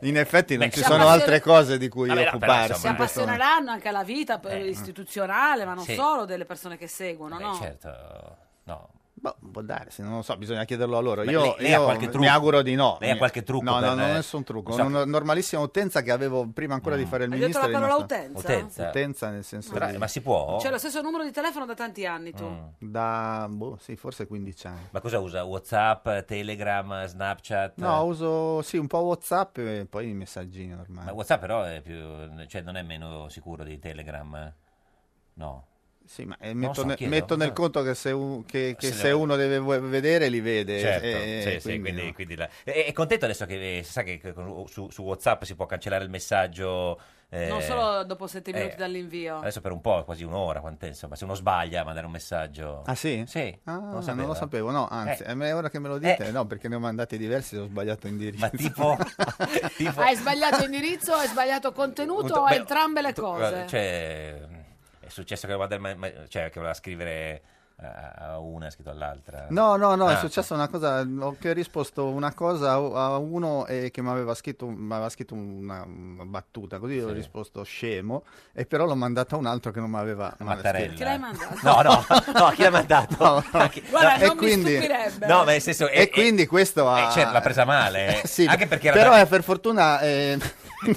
in effetti non
Beh,
ci
si
sono
appassiona-
altre cose di cui
Vabbè, no, però,
occuparsi.
si
insomma,
in questo momento.
appassioneranno anche alla vita per- istituzionale, ma non
Eh. Sì.
solo delle persone che seguono,
beh,
no?
certo, no.
Boh, può darsi, non lo so, bisogna chiederlo a loro.
Beh,
io
lei- lei ha
io
qualche
mi
trucco?
auguro di no.
Lei ha
Mi-
qualche trucco
No, no,
per-
no, nessun trucco.
Non so- Ah.
Una normalissima utenza che avevo prima ancora di fare il
Hai detto
ministro.
la
è
parola
rimasta-
utenza? Utenza.
Utenza nel senso
Però-
di...
ma si può?
C'è lo stesso numero di telefono da tanti anni tu.
Mm.
Da, boh, sì, forse 15 anni.
Ma cosa usa? Whatsapp, Telegram, Snapchat?
No, uso, sì, un po' Whatsapp e poi i messaggini ormai.
Ma Whatsapp però è più, cioè non è meno sicuro di Telegram? No.
Sì, ma eh,
Non lo
metto,
so,
ne-
chiedo.
metto nel conto che se, u- che- che
Se
se
le-
uno deve vu- vedere li vede.
Certo,
e-
sì,
e
sì, quindi,
no.
quindi la- e- È contento adesso che eh, sa che che con- su, su WhatsApp si può cancellare il messaggio. eh,
Non solo dopo sette minuti
eh,
dall'invio.
Adesso per un po', quasi un'ora, quant'è, insomma, se uno sbaglia a mandare un messaggio.
Ah sì?
Sì.
Ah,
non lo
non,
sapeva.
lo sapevo, no, anzi,
Eh.
è ora che me lo dite, no, perché ne ho mandati diversi e ho sbagliato indirizzo. Ma
tipo...
Hai sbagliato indirizzo, hai sbagliato contenuto o
Beh,
entrambe le
tu-
cose?
Cioè, è successo che voleva, mandare il ma- ma- cioè, che voleva scrivere a a una, ha scritto all'altra.
No, no, no, è
Ah.
successa una cosa, ho che ho risposto una cosa a a uno eh, che mi aveva scritto, mi aveva scritto una, una battuta, così ho risposto scemo, e però l'ho mandata a un altro che non mi aveva mi aveva
Mattarella.
scritto.
Chi l'hai mandato? No, no, no, chi l'ha mandato?
No, no.
Guarda,
E
non mi stupirebbe. No, ma nel senso,
E
eh,
quindi questo ha...
eh, certo, l'ha presa male, eh.
Ah. Sì,
Anche perché era
Però
da-
eh, per fortuna... eh,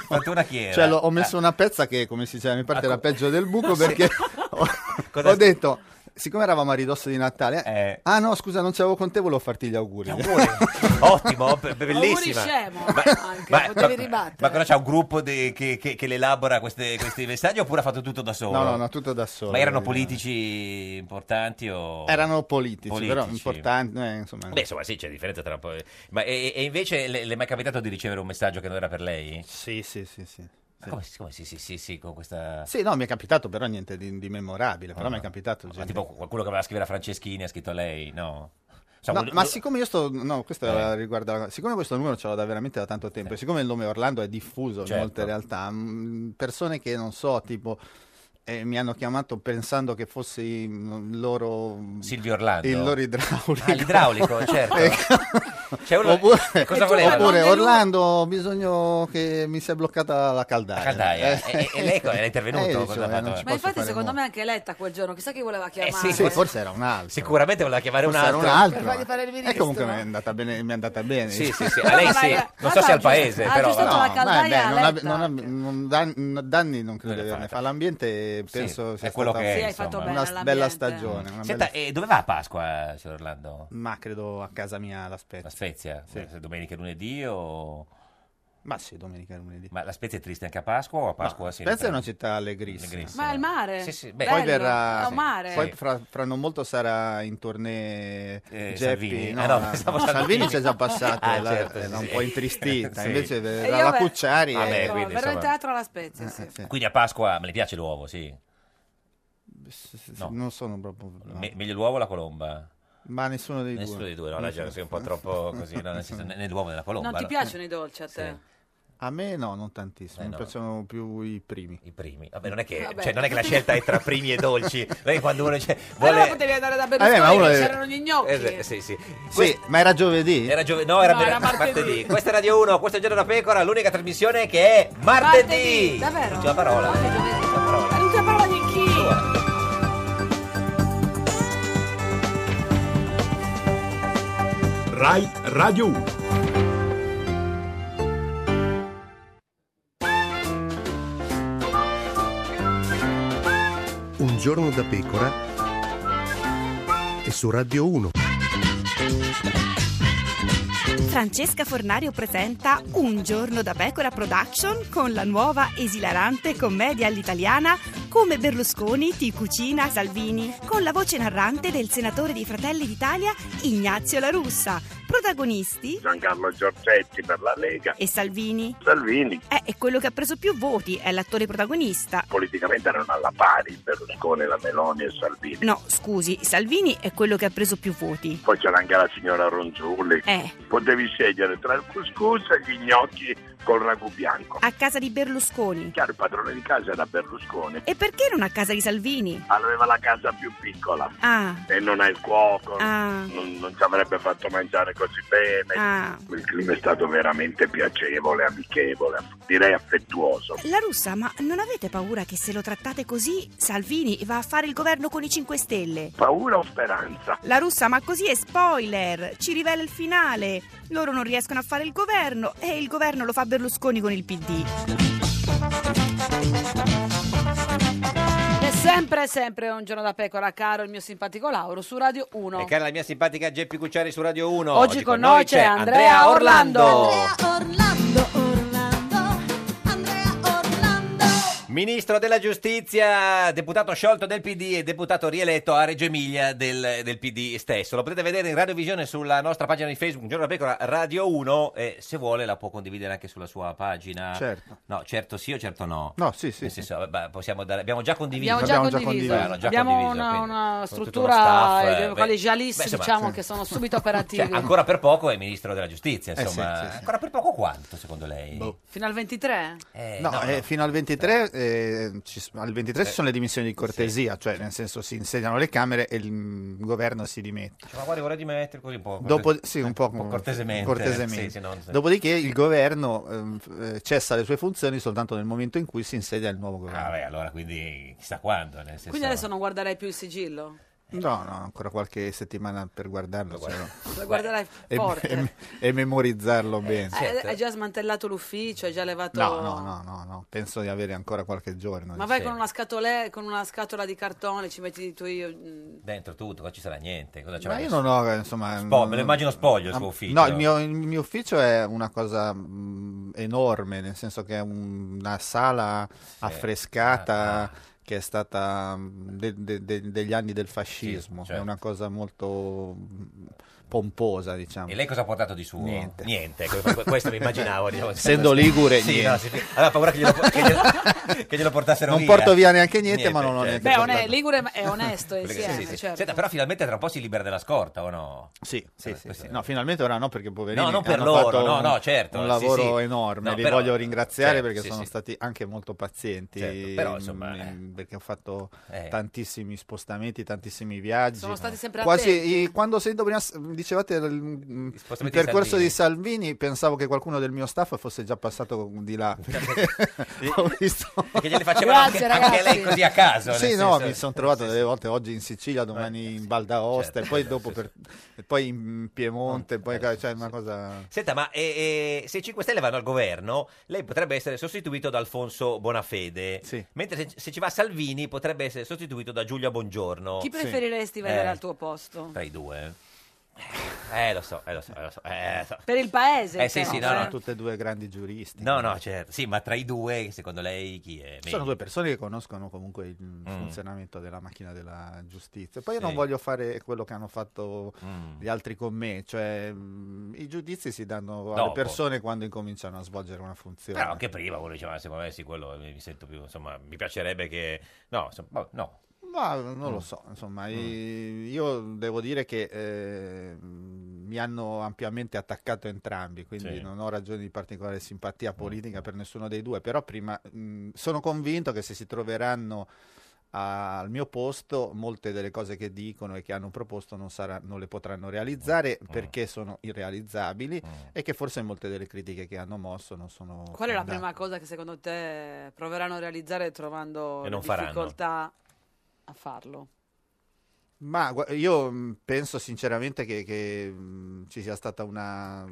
Fortuna chi era? Eh. Ah,
Cioè, l'ho- ho messo una pezza che, come si diceva, mi parte era peggio del buco perché ho,
Cosa- Eh.
ho detto, siccome eravamo a ridosso di Natale, ah no, scusa, non c'avevo con te, volevo farti gli auguri.
Ottimo, be- be- bellissima.
scemo, anche,
ma-
potevi
ma-
ribattere.
Ma cosa c'è un gruppo de- che, che, che le elabora queste- questi messaggi oppure ha fatto tutto da solo?
No, no, no, tutto da solo.
Ma erano
Eh,
politici importanti o...
Erano politici, però
Politici.
importanti, eh, insomma.
Beh, insomma, sì, c'è differenza tra... po- eh. Ma, e, e invece le, le è mai capitato di ricevere un messaggio che non era per lei?
Sì, sì, sì, sì.
Ma come, come sì, sì, sì, sì, con questa...
Sì, no, mi è capitato però niente di, di memorabile, però
Ah.
mi è capitato...
Ma
gente-
tipo qualcuno che voleva scrivere a Franceschini ha scritto a lei, no?
No,
Insomma, un-
ma
un-
siccome io sto. No, questo
Cioè, Eh.
riguarda. la- Siccome questo numero ce l'ho da veramente da tanto tempo, e siccome il nome Orlando è diffuso in
Certo.
molte realtà, mh, persone che non so, tipo. eh, mi hanno chiamato pensando che fossi mh, il loro
Silvio Orlando.
il loro idraulico Ecco.
Ah, l'idraulico, certo. C'è uno-
oppure,
cosa voleva?
oppure,
Mandi lui-
Orlando ho bisogno che mi sia bloccata la caldaia
La caldaia.
Eh,
E- e lei co- era intervenuto?
eh,
Cosa
dicevo,
ha fatto? Eh,
non ci
Ma
posso
infatti
fare
secondo
molto.
me anche Letta quel giorno, chissà chi voleva chiamare.
sì, sì, forse eh, era un altro
Sicuramente voleva chiamare un
Forse era
altro.
Per fargli fare il
e
ministro.
comunque mi è andata bene, mi è andata bene.
Sì, sì, sì, a lei sì. Non so se al paese,
ha però, aggiustato vabbè. Ah, la
No,
caldaia
beh, beh, non,
a
ab- non ab- non dan- no, danni non credo di averne fa. L'ambiente
Sì,
penso
è
sia
quello
stata
che è,
una-
Sì, hai fatto
una
bene
s-
all'ambiente.
bella stagione. una
Senta,
bella-
e dove va a Pasqua, signor Orlando?
Ma credo a casa mia la Spezia.
La Spezia?
Sì.
Se Domenica e lunedì o...
Ma sì, domenica e lunedì.
Ma la Spezia è triste anche a Pasqua o a Pasqua
No,
si
Spezia è
riprende?
una città allegrissima.
Allegrissima.
Ma al mare?
Sì, sì, beh.
Bello,
Poi verrà,
Al mare.
poi fra, fra non molto sarà in tournée
Eh,
Geppi.
Salvini.
no,
Ah, no,
no, no,
pensavo Salvini.
Salvini c'è già passato,
Ah,
la-
certo,
era
sì,
un
sì.
po' intristita.
Sì.
Invece
E
verrà
io
la
ver-
Cucciari.
Ah, beh,
e-
Ecco,
quindi,
verrò in
insomma-
teatro alla Spezia,
Eh,
sì.
Quindi a Pasqua le piace l'uovo, sì. No.
Non sono proprio... no.
Me- meglio l'uovo o la colomba?
Ma nessuno dei
Nessuno
due.
dei due, no, la gente è un po' troppo così, no, nel senso, né né l'uovo né la colomba.
Non ti
no?
piacciono i dolci a te?
A me no, non tantissimo.
Eh,
Mi
no.
piacciono più i primi.
I primi. Vabbè, non è che,
Vabbè.
cioè, non è che la scelta è tra primi e dolci. Non è che quando uno dice,
Però
vuole...
potevi andare da
Eh, ma
Berlusconi
uno
che
deve-
c'erano gli gnocchi.
Eh, sì, sì.
Sì, ma era giovedì?
Era giove- no, era,
No,
ben-
era martedì.
Questa è Radio 1, questo è Giorno da Pecora, l'unica trasmissione che è
Martedì,
martedì.
davvero?
Ultima parola. Ultima parola.
È l'ultima parola di chi?
Rai Radio 1.
Un giorno da pecora e su Radio 1.
Francesca Fornario presenta Un giorno da pecora production con la nuova esilarante commedia all'italiana Come Berlusconi ti cucina Salvini, con la voce narrante del senatore dei Fratelli d'Italia Ignazio La Russa. Protagonisti
Giancarlo Giorgetti per la Lega.
e Salvini.
Salvini
Eh, è quello che ha preso più voti, è l'attore protagonista.
politicamente erano alla pari Berlusconi, la Meloni e Salvini.
No, scusi, Salvini è quello che ha preso più voti.
Poi c'era anche la signora Ronzulli.
Eh.
Potevi scegliere tra il couscous e gli gnocchi col ragù bianco.
A casa di Berlusconi.
Chiaro, il padrone di casa era Berlusconi.
E perché non a casa di Salvini?
Aveva la casa più piccola
Ah,
e non ha il cuoco,
Ah.
non, non ci avrebbe fatto mangiare così bene.
ah.
Il clima è stato veramente piacevole, amichevole, aff- direi affettuoso.
La russa, ma non avete paura che se lo trattate così Salvini va a fare il governo con i 5 Stelle?
Paura o speranza?
La russa, ma così è spoiler! Ci rivela il finale! Loro non riescono a fare il governo e il governo lo fa Berlusconi con il PD.
È sempre, sempre un giorno da pecora, caro il mio simpatico Lauro su Radio 1.
E cara la mia simpatica Geppi Cucciari su Radio 1.
Oggi con noi c'è Andrea Orlando.
Ministro della Giustizia, deputato sciolto del PD e deputato rieletto a Reggio Emilia del, del PD stesso. Lo potete vedere in radiovisione sulla nostra pagina di Facebook, Un Giorno da Pecora Radio 1 e se vuole la può condividere anche sulla sua pagina.
Certo.
No, certo sì o certo no.
No, sì, sì.
Nel senso, beh, possiamo dare- abbiamo già condiviso.
Abbiamo già condiviso,
Abbiamo già
abbiamo
condiviso,
una,
quindi,
una
con tutto
struttura
uno staff, eh,
eh,
beh,
collegialissima,
beh, insomma,
diciamo
sì.
che sono subito operativi.
Cioè, ancora per poco è ministro della giustizia,
Eh,
insomma.
sì, Boh, sì, sì.
Ancora per poco quanto, secondo lei?
Fino al 23?
No, eh, fino al 23, eh, ci s- al 23 ci
Eh,
sono le dimissioni di cortesia, cioè nel senso si insediano le Camere e il mm, governo si dimette.
Cioè, ma guarda, vorrei dimettere così un po'. eh,
Dopo, sì, un po', come-
cortesemente.
cortesemente.
Sì, sì, no, sì.
Dopodiché il governo ehm, f- eh, cessa le sue funzioni soltanto nel momento in cui si insedia il nuovo governo.
Ah, beh, allora quindi chissà quando, nel senso...
Quindi adesso non guarderei più il sigillo?
No, no, ancora qualche settimana per guardarlo se no.
Lo guarderai
e,
forte.
e- e memorizzarlo bene.
Hai- Hai Eh, già smantellato l'ufficio, hai già levato...
No, no, no, no, no, penso di avere ancora qualche giorno.
Ma vai con, una scatole- con una scatola di cartone, ci metti i tuoi... mm,
Dentro tutto, qua ci sarà niente. Cosa c'è?
Ma io non ho, eh, insomma...
Spo- me
non-
lo immagino spoglio il suo
Ah,
ufficio.
No, il mio, il mio ufficio è una cosa mh, enorme, nel senso che è un- una sala
Eh,
affrescata che è stata mh, de- de- de- degli anni del fascismo. È
certo.
una cosa molto mh, pomposa, diciamo.
E lei cosa ha portato di suo?
Niente.
que- que- questo mi immaginavo. diciamo.
Essendo ligure,
Sì,
niente.
no, sì, sì. Aveva paura che glielo, che glielo- che glielo portassero
Non
via.
porto via neanche niente, ma non ho
certo.
neanche
Beh, one- Ligure è onesto e
Perché-
insieme,
sì, sì.
certo.
Senta, però finalmente tra un po' si libera della scorta, o no?
Sì, sì, sì,
questo
sì.
è-
No, finalmente ora no, perché poverini
No, non per
hanno
loro,
fatto
no,
un,
no, certo,
un
sì,
lavoro
sì.
enorme.
No,
li
però-
voglio ringraziare
certo,
perché
sì,
sono
sì.
stati anche molto pazienti.
Certo, però, insomma,
mm,
eh.
perché ho fatto
Eh.
tantissimi spostamenti, tantissimi viaggi.
Sono stati sempre
Quasi
attenti.
eh, quando sento prima s- dicevate il, mm, il
spostamenti di
percorso
Salvini.
di Salvini, pensavo che qualcuno del mio staff fosse già passato di là. Ho visto-
Perché glieli facevano anche,
Grazie,
anche
ragazzi.
lei così a caso. nel
Sì, no,
senso- Eh, certo,
mi sono trovato delle volte oggi in Sicilia, domani in Val d'Aosta, e poi dopo per- e poi in
Eh,
Piemonte, poi cioè una cosa...
Senta, ma eh, eh, se i 5 Stelle vanno al governo, lei potrebbe essere sostituito da Alfonso Bonafede. Mentre se, se ci va Salvini, potrebbe essere sostituito da Giulia Bongiorno. Eh,
Chi preferiresti vedere al tuo posto?
Tra i due. Eh, lo so, eh, lo so, eh, lo so. eh, lo so.
Per il paese?
Eh, sì,
però,
sì,
eh.
no, no.
Tutte e due grandi giuristi.
No, no, certo. Sì, ma tra i due, secondo lei chi è?
Sono
meglio?
due persone che conoscono comunque il funzionamento della macchina della giustizia. Poi io non
Mm. Sì.
voglio fare quello che hanno fatto
Mm.
gli altri con me, cioè mh, i giudizi si danno alle
Dopo.
persone quando incominciano a svolgere una funzione.
Però anche prima uno diceva, secondo me sì, quello mi mi sento più, insomma, mi piacerebbe che... No, insomma, vabbè, no.
Ma non
Mm.
lo so, insomma, i- io devo dire che eh, mi hanno ampiamente attaccato entrambi, quindi
Sì. Mm.
non ho ragione di particolare simpatia politica per nessuno dei due, però prima mh, sono convinto che se si troveranno a- al mio posto molte delle cose che dicono e che hanno proposto non, sarà- non le potranno realizzare
Mm.
perché sono irrealizzabili e che forse molte delle critiche che hanno mosso non sono...
Qual è la
fondate.
prima cosa che secondo te proveranno a realizzare trovando
E non
le
faranno.
difficoltà a farlo?
Ma gua- io mh, penso sinceramente che, che, mh, ci sia stata una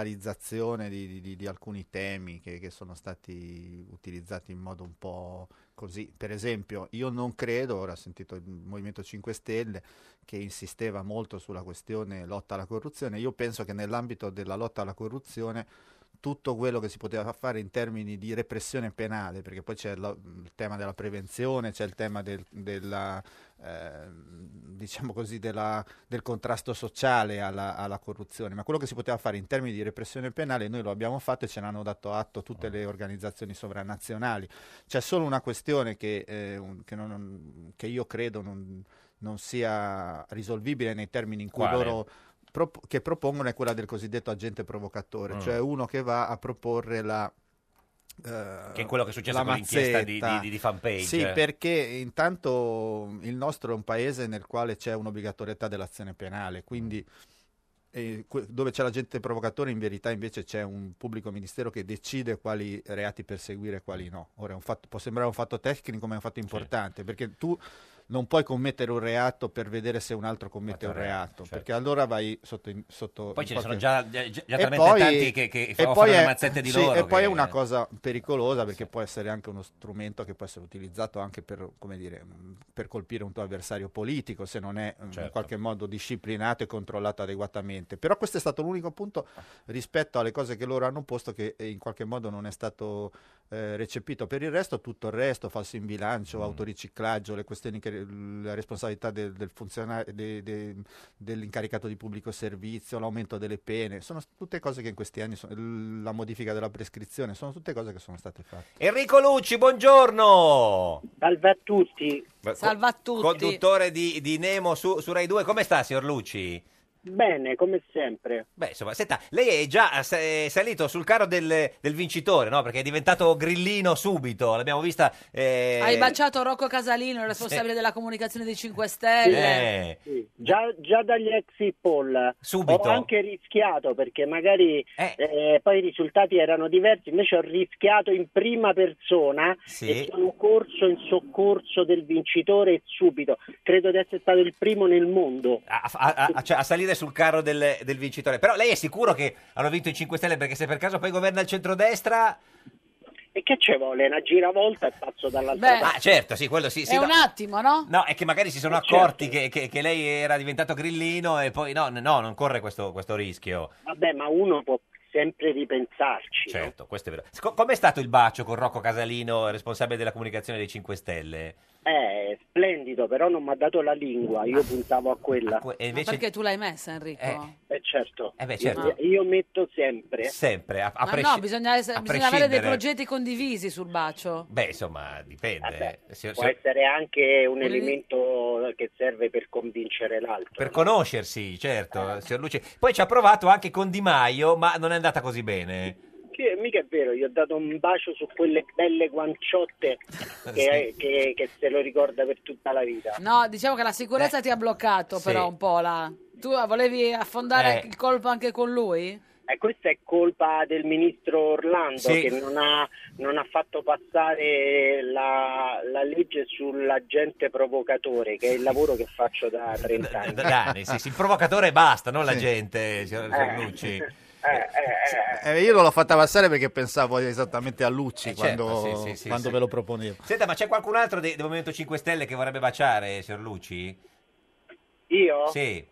strumentalizzazione di, di- di alcuni temi che, che sono stati utilizzati in modo un po' così. Per esempio, io non credo, ora ho sentito il Movimento 5 Stelle che insisteva molto sulla questione lotta alla corruzione, io penso che nell'ambito della lotta alla corruzione tutto quello che si poteva fare in termini di repressione penale, perché poi c'è lo- il tema della prevenzione, c'è il tema del, della, ehm, diciamo così, della- del contrasto sociale alla, alla corruzione, ma quello che si poteva fare in termini di repressione penale noi lo abbiamo fatto e ce l'hanno dato atto tutte le organizzazioni sovranazionali. C'è solo una questione che, eh, un- che non- che io credo non, non sia risolvibile nei termini in cui
Quale?
loro pro- che propongono è quella del cosiddetto agente provocatore,
Mm.
cioè uno che va a proporre la... eh,
Che è quello che è successo
la
con l'inchiesta di-
mazzetta.
di- di Fanpage.
Sì, perché intanto il nostro è un paese nel quale c'è un'obbligatorietà dell'azione penale, quindi eh, que- dove c'è l'agente provocatore in verità invece c'è un pubblico ministero che decide quali reati perseguire e quali no. Ora è un fatto- può sembrare un fatto tecnico ma è un fatto importante perché tu non puoi commettere un reato per vedere se un altro commette un
Fatto il reato, certo.
reato, perché allora vai sotto... in- sotto
Poi
in
ce ne sono
qualche-
già- già- già
E
talmente
poi-
tanti che- che
e
offrono
poi
le
è-
mazzette di
sì,
loro
E poi è
che-
una cosa pericolosa perché può essere anche uno strumento che può essere utilizzato anche per, come dire, mh, per colpire un tuo avversario politico se non è mh,
Certo.
in qualche modo disciplinato e controllato adeguatamente. Però questo è stato l'unico punto rispetto alle cose che loro hanno posto che eh, in qualche modo non è stato eh, recepito. Per il resto tutto il resto, falso in bilancio, autoriciclaggio, le questioni che la responsabilità del, del funzionario de- de- dell'incaricato di pubblico servizio, l'aumento delle pene, sono tutte cose che in questi anni sono- l- la modifica della prescrizione, sono tutte cose che sono state fatte.
Enrico Lucci, buongiorno.
Salve a tutti.
Salva a tutti.
Conduttore di, di Nemo su, su Rai 2. Come sta, signor Lucci?
Bene, come sempre.
Beh, insomma, senta, lei è già eh, salito sul carro del, del vincitore, no? Perché è diventato grillino subito, l'abbiamo vista... eh,
Hai baciato Rocco Casalino, il responsabile della comunicazione dei 5 Stelle.
eh,
Già, già dagli exit poll
Subito.
ho anche rischiato perché magari eh, poi i risultati erano diversi, invece ho rischiato in prima persona
Sì.
e sono corso in soccorso del vincitore e subito. Credo di essere stato il primo nel mondo.
a, a- a- cioè, a salire sul carro del, del vincitore. Però lei è sicuro che hanno vinto i 5 Stelle perché se per caso poi governa il centrodestra...
Eh.
E che ci vuole? Una giravolta e passo dall'altra
Beh.
Ah, certo, sì, quello sì. sì
è
no.
un attimo, no?
No, è che magari si
Eh,
sono accorti
certo.
che, che- che lei era diventato grillino e poi no, no, non corre questo, questo rischio.
Vabbè, ma uno può sempre ripensarci. no?
Certo, questo è vero. Co- com'è stato il bacio con Rocco Casalino, responsabile della comunicazione dei 5 Stelle?
Eh, splendido, però non mi ha dato la lingua, io puntavo a quella.
E invece...
Perché tu l'hai messa, Enrico?
Eh, certo.
Eh beh, certo.
Io, io metto sempre.
Sempre, a, a
Ma
presci-
no, bisogna, essere-
a
bisogna avere dei
prescindere.
progetti condivisi sul bacio.
Beh, insomma, dipende. Signor-
Può
signor-
essere anche un
Volevi-
elemento che serve per convincere l'altro.
Per conoscersi,
Eh.
certo, signor Luci. Poi ci ha provato anche con Di Maio, ma non è andata così bene.
Che, mica è vero, gli ho dato un bacio su quelle belle guanciotte che, che- che se lo ricorda per tutta la vita.
No, diciamo che la
Eh,
sicurezza ti ha bloccato
sì.
però un po' la... Tu volevi affondare
Eh.
il colpo anche con lui?
E questa è colpa del ministro Orlando
Sì.
che non ha, non ha fatto passare la, la legge sull'agente provocatore, che è il lavoro che faccio da 30 anni.
Da anni, sì, sì, il provocatore basta, non la gente, signor signor Lucci.
Eh, io non l'ho fatta passare perché pensavo esattamente a Lucci
certo,
quando,
sì, sì, sì,
quando
sì.
ve lo proponevo.
Senta, ma c'è qualcun altro de- del Movimento 5 Stelle che vorrebbe baciare, signor Lucci?
Io?
Sì.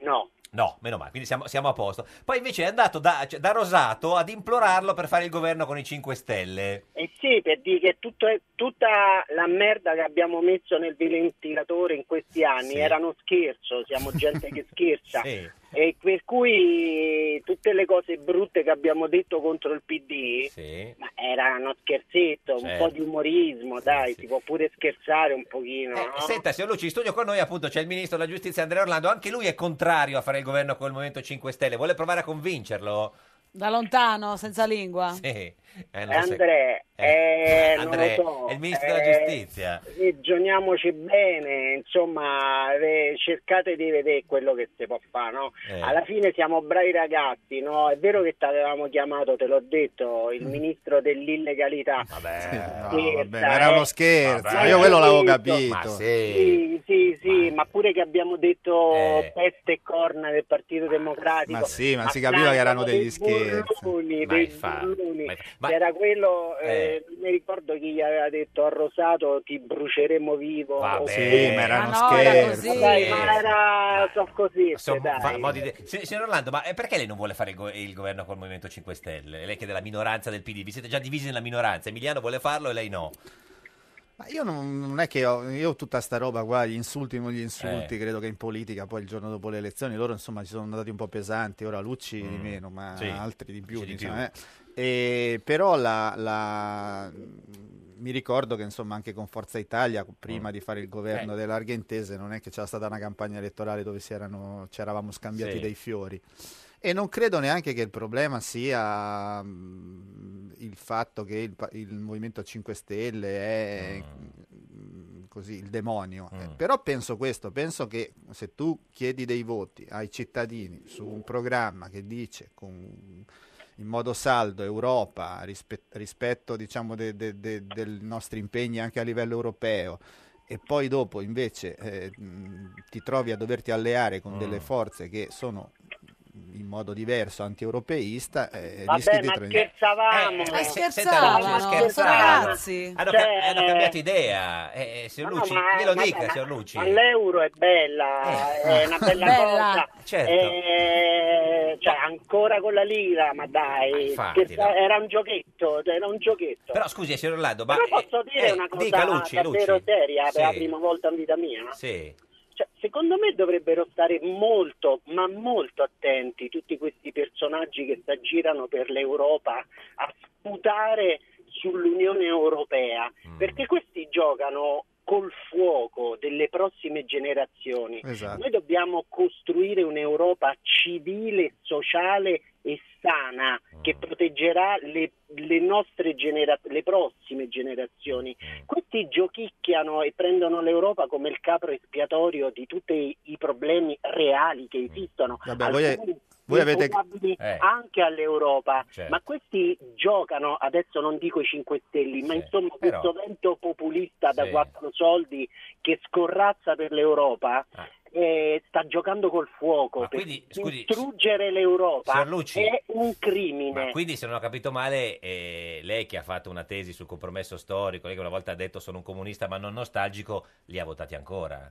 No.
No, meno male, quindi siamo, siamo a posto. Poi invece è andato da, cioè, da Rosato ad implorarlo per fare il governo con i 5 Stelle.
E sì, per dire che tutto è- tutta la merda che abbiamo messo nel ventilatore in questi anni
Sì.
erano scherzo, siamo gente che scherza.
Sì.
E per cui tutte le cose brutte che abbiamo detto contro il PD ma era uno scherzetto, un
Certo.
po' di umorismo, dai, si può pure scherzare un pochino.
Eh,
no?
Senta, signor Lucci, in studio con noi appunto c'è il ministro della giustizia Andrea Orlando, anche lui è contrario a fare il governo con il Movimento 5 Stelle, vuole provare a convincerlo?
Da lontano, senza lingua?
Sì. Eh, non lo so.
Andrea,
Eh,
eh, non
Andrea,
lo so,
è il ministro
eh,
della giustizia.
Ragioniamoci bene, insomma, eh, cercate di vedere quello che si può fare, no?
Eh.
Alla fine siamo bravi ragazzi, no? È vero che ti avevamo chiamato, te l'ho detto, il ministro dell'illegalità.
No,
Scherza,
vabbè, ma era uno
eh.
scherzo,
Vabbè,
io quello l'avevo capito.
capito.
Eh,
Sì, sì, sì, ma pure che abbiamo detto peste e corna del Partito Democratico.
Eh. Ma sì, ma si capiva che erano degli scherzi.
burloni,
Ma
dei
infatti,
burloni.
ma-
C'era quello, eh,
Eh.
non mi ricordo chi gli aveva detto a Rosato ti bruceremo vivo.
Vabbè.
Sì, ma era
Ma
uno
no, era
scherzo.
così.
Dai, ma era so così,
Insomma,
Eh, dai.
fa- modi de- Sì, Signor Orlando, ma eh, perché lei non vuole fare il, go- il governo col Movimento 5 Stelle? Lei che è della minoranza del PD, vi siete già divisi nella minoranza, Emiliano vuole farlo e lei no.
Ma io non, non è che ho, io ho tutta sta roba qua, gli insulti non gli insulti,
Eh.
credo che in politica poi il giorno dopo le elezioni loro insomma ci sono andati un po' pesanti, ora Lucci di
Mm.
meno, ma
Sì.
altri di più. diciamo, eh.
Sì, di
insomma,
più.
eh. E però la, la- mi ricordo che insomma anche con Forza Italia, prima di fare il governo
Eh.
dell'Argentese, non è che c'era stata una campagna elettorale dove si erano, ci eravamo scambiati
Sì.
dei fiori. E non credo neanche che il problema sia mh, il fatto che il, pa- il Movimento 5 Stelle è mh, così il demonio. Eh, Però penso questo, penso che se tu chiedi dei voti ai cittadini su un programma che dice con- in modo saldo Europa rispe- rispetto diciamo de- de- de- dei nostri impegni anche a livello europeo e poi dopo invece eh, mh, ti trovi a doverti alleare con delle
Mm.
forze che sono in modo diverso antieuropeista eh, rischi
Vabbè,
di
ma
trend-
scherzavamo.
Eh, eh,
Senta,
scherzavano,
Lucio,
sono
scherzavano.
ragazzi.
Hanno,
Cioè,
ca- hanno cambiato idea. Eh, eh, signor
No,
Luci,
ma-
glielo
ma-
dica,
ma-
signor Luci. Eh.
ma l'euro è bella, è una bella,
Bella.
cosa.
Certo.
Eh, cioè, ancora con la lira, ma dai,
infatti,
che-
no.
era un giochetto, era un giochetto.
Però scusi, eh, signor Orlando, ma...
Però posso dire
eh,
una cosa
dica, Luci,
davvero
Luci.
seria per la
Sì,
prima volta in vita mia?
Sì.
Cioè, secondo me dovrebbero stare molto, ma molto attenti tutti questi personaggi che si aggirano per l'Europa a sputare sull'Unione Europea,
Mm.
perché questi giocano col fuoco delle prossime generazioni.
Esatto.
Noi dobbiamo costruire un'Europa civile, sociale e sana
Mm.
che proteggerà le, le nostre genera- le prossime generazioni.
Mm.
Questi giochicchiano e prendono l'Europa come il capro espiatorio di tutti i, i problemi reali che esistono.
Mm. Vabbè, voi-
alcuni
voi avete-
imputabili
Eh.
anche all'Europa,
Certo.
ma questi giocano, adesso non dico i 5 Stelle, ma
Sì,
insomma
però-
questo vento populista da
Sì.
quattro soldi che scorrazza per l'Europa
Ah.
eh, sta giocando col fuoco. per
quindi, scusi,
distruggere l'Europa
signor Lucci,
è un crimine.
Ma quindi, se non ho capito male, eh, lei che ha fatto una tesi sul compromesso storico, lei che una volta ha detto sono un comunista ma non nostalgico, li ha votati ancora.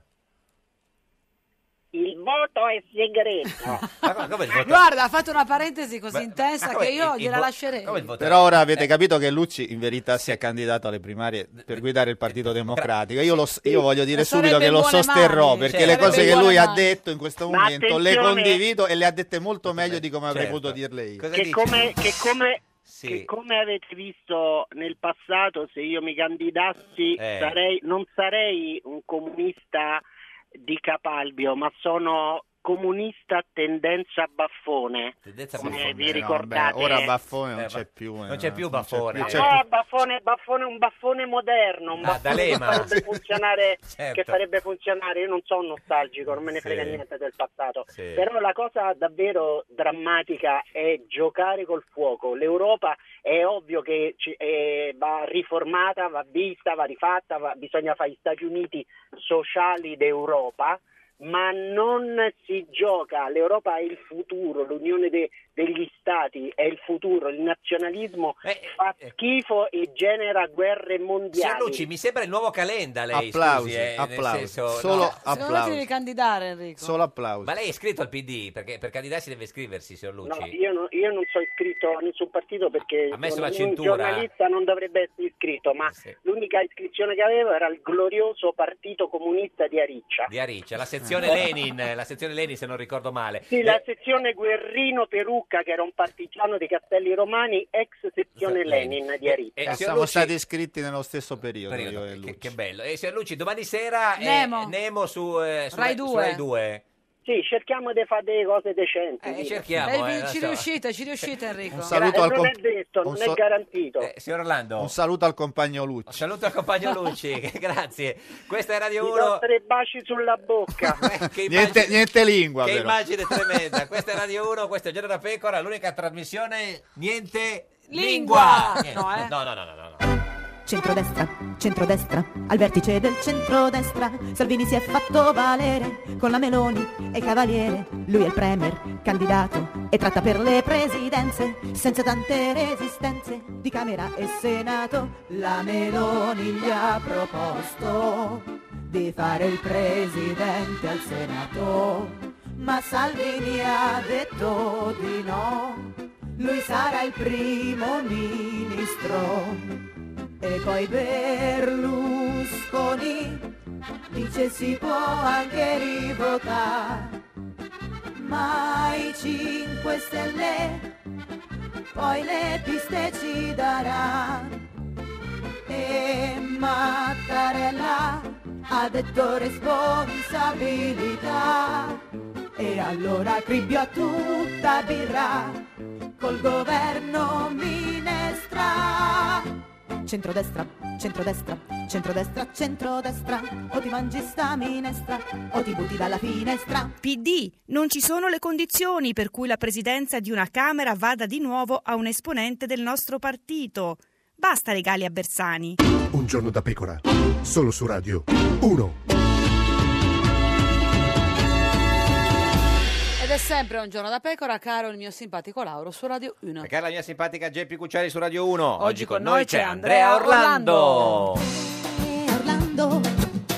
Il voto è segreto.
Ma Ah, come, come il voto-
Guarda, ha fatto una parentesi così intensa
come
che io
il- il
gliela
vo-
lascerei.
come il voto-
Però ora avete capito che Lucci in verità si è candidato alle primarie per guidare il Partito Democratico. Io, lo s- io voglio dire
Eh, sarebbe
subito che lo
in buone
sosterrò
mani,
perché
cioè,
le
sarebbe
cose
in
che
buone
lui ha
mani.
detto in questo
Ma
momento le
attenzione-
condivido e le ha dette molto meglio di come avrei
Certo.
potuto dirle io.
Cosa
che,
dice?
come, che come-
Sì.
che come avete visto nel passato, se io mi candidassi
Eh.
sarei- non sarei un comunista di Capalbio, ma sono comunista a tendenza baffone.
Tendenza
Come
baffone,
vi
no,
ricordate?
beh, ora Baffone non
Eh,
c'è
ma-
più. eh,
non c'è più Baffone.
più, Cioè,
Eh,
c'è
No, baffone, baffone, un baffone moderno, un
Ah,
baffone che
D'Alema.
farebbe, funzionare,
Certo.
che farebbe funzionare. Io non sono nostalgico, non me ne
Sì.
frega niente del passato.
Sì.
Però la cosa davvero drammatica è giocare col fuoco. L'Europa è ovvio che ci- eh, va riformata, va vista, va rifatta, va- bisogna fare gli Stati Uniti sociali d'Europa. Ma non si gioca, l'Europa è il futuro, l'unione de- degli stati è il futuro, il nazionalismo
Eh,
fa
eh,
schifo e genera guerre
Signor
mondiali.
Lucci, mi sembra il nuovo Calenda lei,
Applausi,
scusi, eh, nel
applausi.
senso,
Solo
no.
Secondo me ti devi candidare, Enrico.
Solo applausi.
Ma lei è iscritto al PD? Perché per candidarsi deve iscriversi, signor Lucci.
No, io, non- io non sono iscritto a nessun partito perché
Ha messo
secondo me
la
un
cintura.
giornalista non dovrebbe essere iscritto, ma
Sì.
l'unica iscrizione che avevo era al glorioso Partito Comunista di Ariccia.
Di Ariccia, la sezione
Eh.
Lenin, eh, la sezione Lenin se non ricordo male.
Sì,
Eh,
la sezione Guerrino Perucca, che era un partigiano dei Castelli Romani, ex sezione
Lenin.
Lenin di Ariccia.
Eh,
Eh,
signor
siamo
Lucci-
stati iscritti nello stesso periodo.
periodo,
io e
che-
Lucci.
che, bello. E signor Lucci, domani sera eh,
Nemo.
su, eh, su
Rai
su
due.
Rai due.
Sì, cerchiamo di fare delle cose decenti.
Eh,
dire.
cerchiamo.
Eh,
eh,
vi-
non
ci
so.
riuscite, ci riuscite Enrico.
Un saluto
Eh,
al
non è
comp-
detto, non
un
è
so-
garantito.
Eh, signor Orlando,
Un
un
saluto al compagno Lucci.
saluto al compagno Lucci, che- grazie. Questa è Radio
Mi
1.
do tre baci sulla bocca.
eh, che
Niente,
immagine-
niente lingua,
Che
però.
immagine tremenda, questa è Radio 1, questo è Giorno da Pecora, l'unica trasmissione niente
Lingua!
lingua. Niente.
No, eh.
no, no, no, no, no.
Centrodestra, centrodestra, al vertice del centrodestra, Salvini si è fatto valere con la Meloni e Cavaliere. Lui è il premier, candidato e tratta per le presidenze, senza tante resistenze di Camera e Senato. La Meloni gli ha proposto di fare il presidente al Senato, ma Salvini ha detto di no. Lui sarà il primo ministro. E poi Berlusconi dice si può anche rivotare, ma i 5 Stelle poi le piste ci darà. E Mattarella ha detto responsabilità e allora cribbio a tutta birra col governo minestra centrodestra, centrodestra, centrodestra, centrodestra, o ti mangi sta minestra, o ti butti dalla finestra.
PD. Non ci sono le condizioni per cui la presidenza di una Camera vada di nuovo a un esponente del nostro partito. Basta regali a Bersani.
Un giorno da pecora. Solo su Radio 1.
Ed è sempre un giorno da pecora, caro il mio simpatico Lauro su Radio 1.
E cara la mia simpatica Geppi Cucciari su Radio 1. Oggi,
con noi c'è Andrea
Orlando.
Orlando,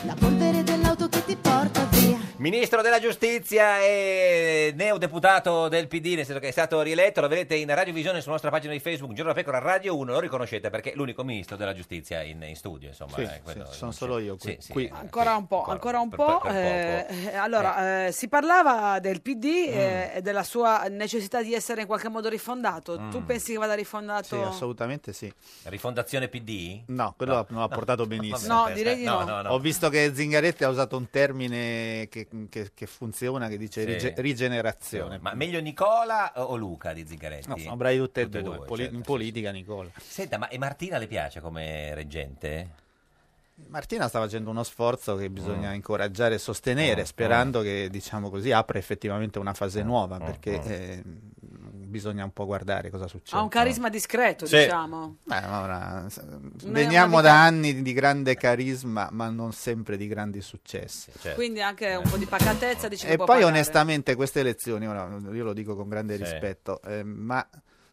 la polvere dell'auto che ti porta via.
Ministro della Giustizia e neodeputato del PD, nel senso che è stato rieletto, lo vedete in radiovisione sulla nostra pagina di Facebook, Giorno da Pecora Radio 1, lo riconoscete perché è l'unico ministro della Giustizia in, in studio, insomma.
Sì,
eh, quello-
sì, sono solo io qui. qui.
Ancora un po', ancora un
per-
po'.
per
eh, eh, allora, eh, si parlava del PD eh, e della sua necessità di essere in qualche modo rifondato.
Mm.
Tu pensi che vada rifondato?
Sì, assolutamente sì.
Rifondazione PD?
No, quello
No,
non ha
no.
portato benissimo.
No, direi di no.
no, no.
Ho visto che Zingaretti ha usato un termine che, che- che funziona, che dice
Sì.
rige- rigenerazione.
Ma meglio Nicola o o Luca di Zingaretti?
No, sono bravi tutte e
Tutte e
due.
due,
Poli-
certo,
in politica, Nicola.
Senta, ma e Martina le piace come reggente?
Martina sta facendo uno sforzo che bisogna incoraggiare e sostenere, sperando che, diciamo così, apra effettivamente una fase nuova, perché eh, bisogna un po' guardare cosa succede.
Ha un carisma discreto,
Sì.
diciamo.
Beh, ma ora, s-
una
veniamo
novità.
da anni di grande carisma, ma non sempre di grandi successi.
Quindi anche un po' di pacatezza dici che
E
può
poi
pagare.
onestamente queste elezioni, ora, io lo dico con grande
Sì.
rispetto, eh, ma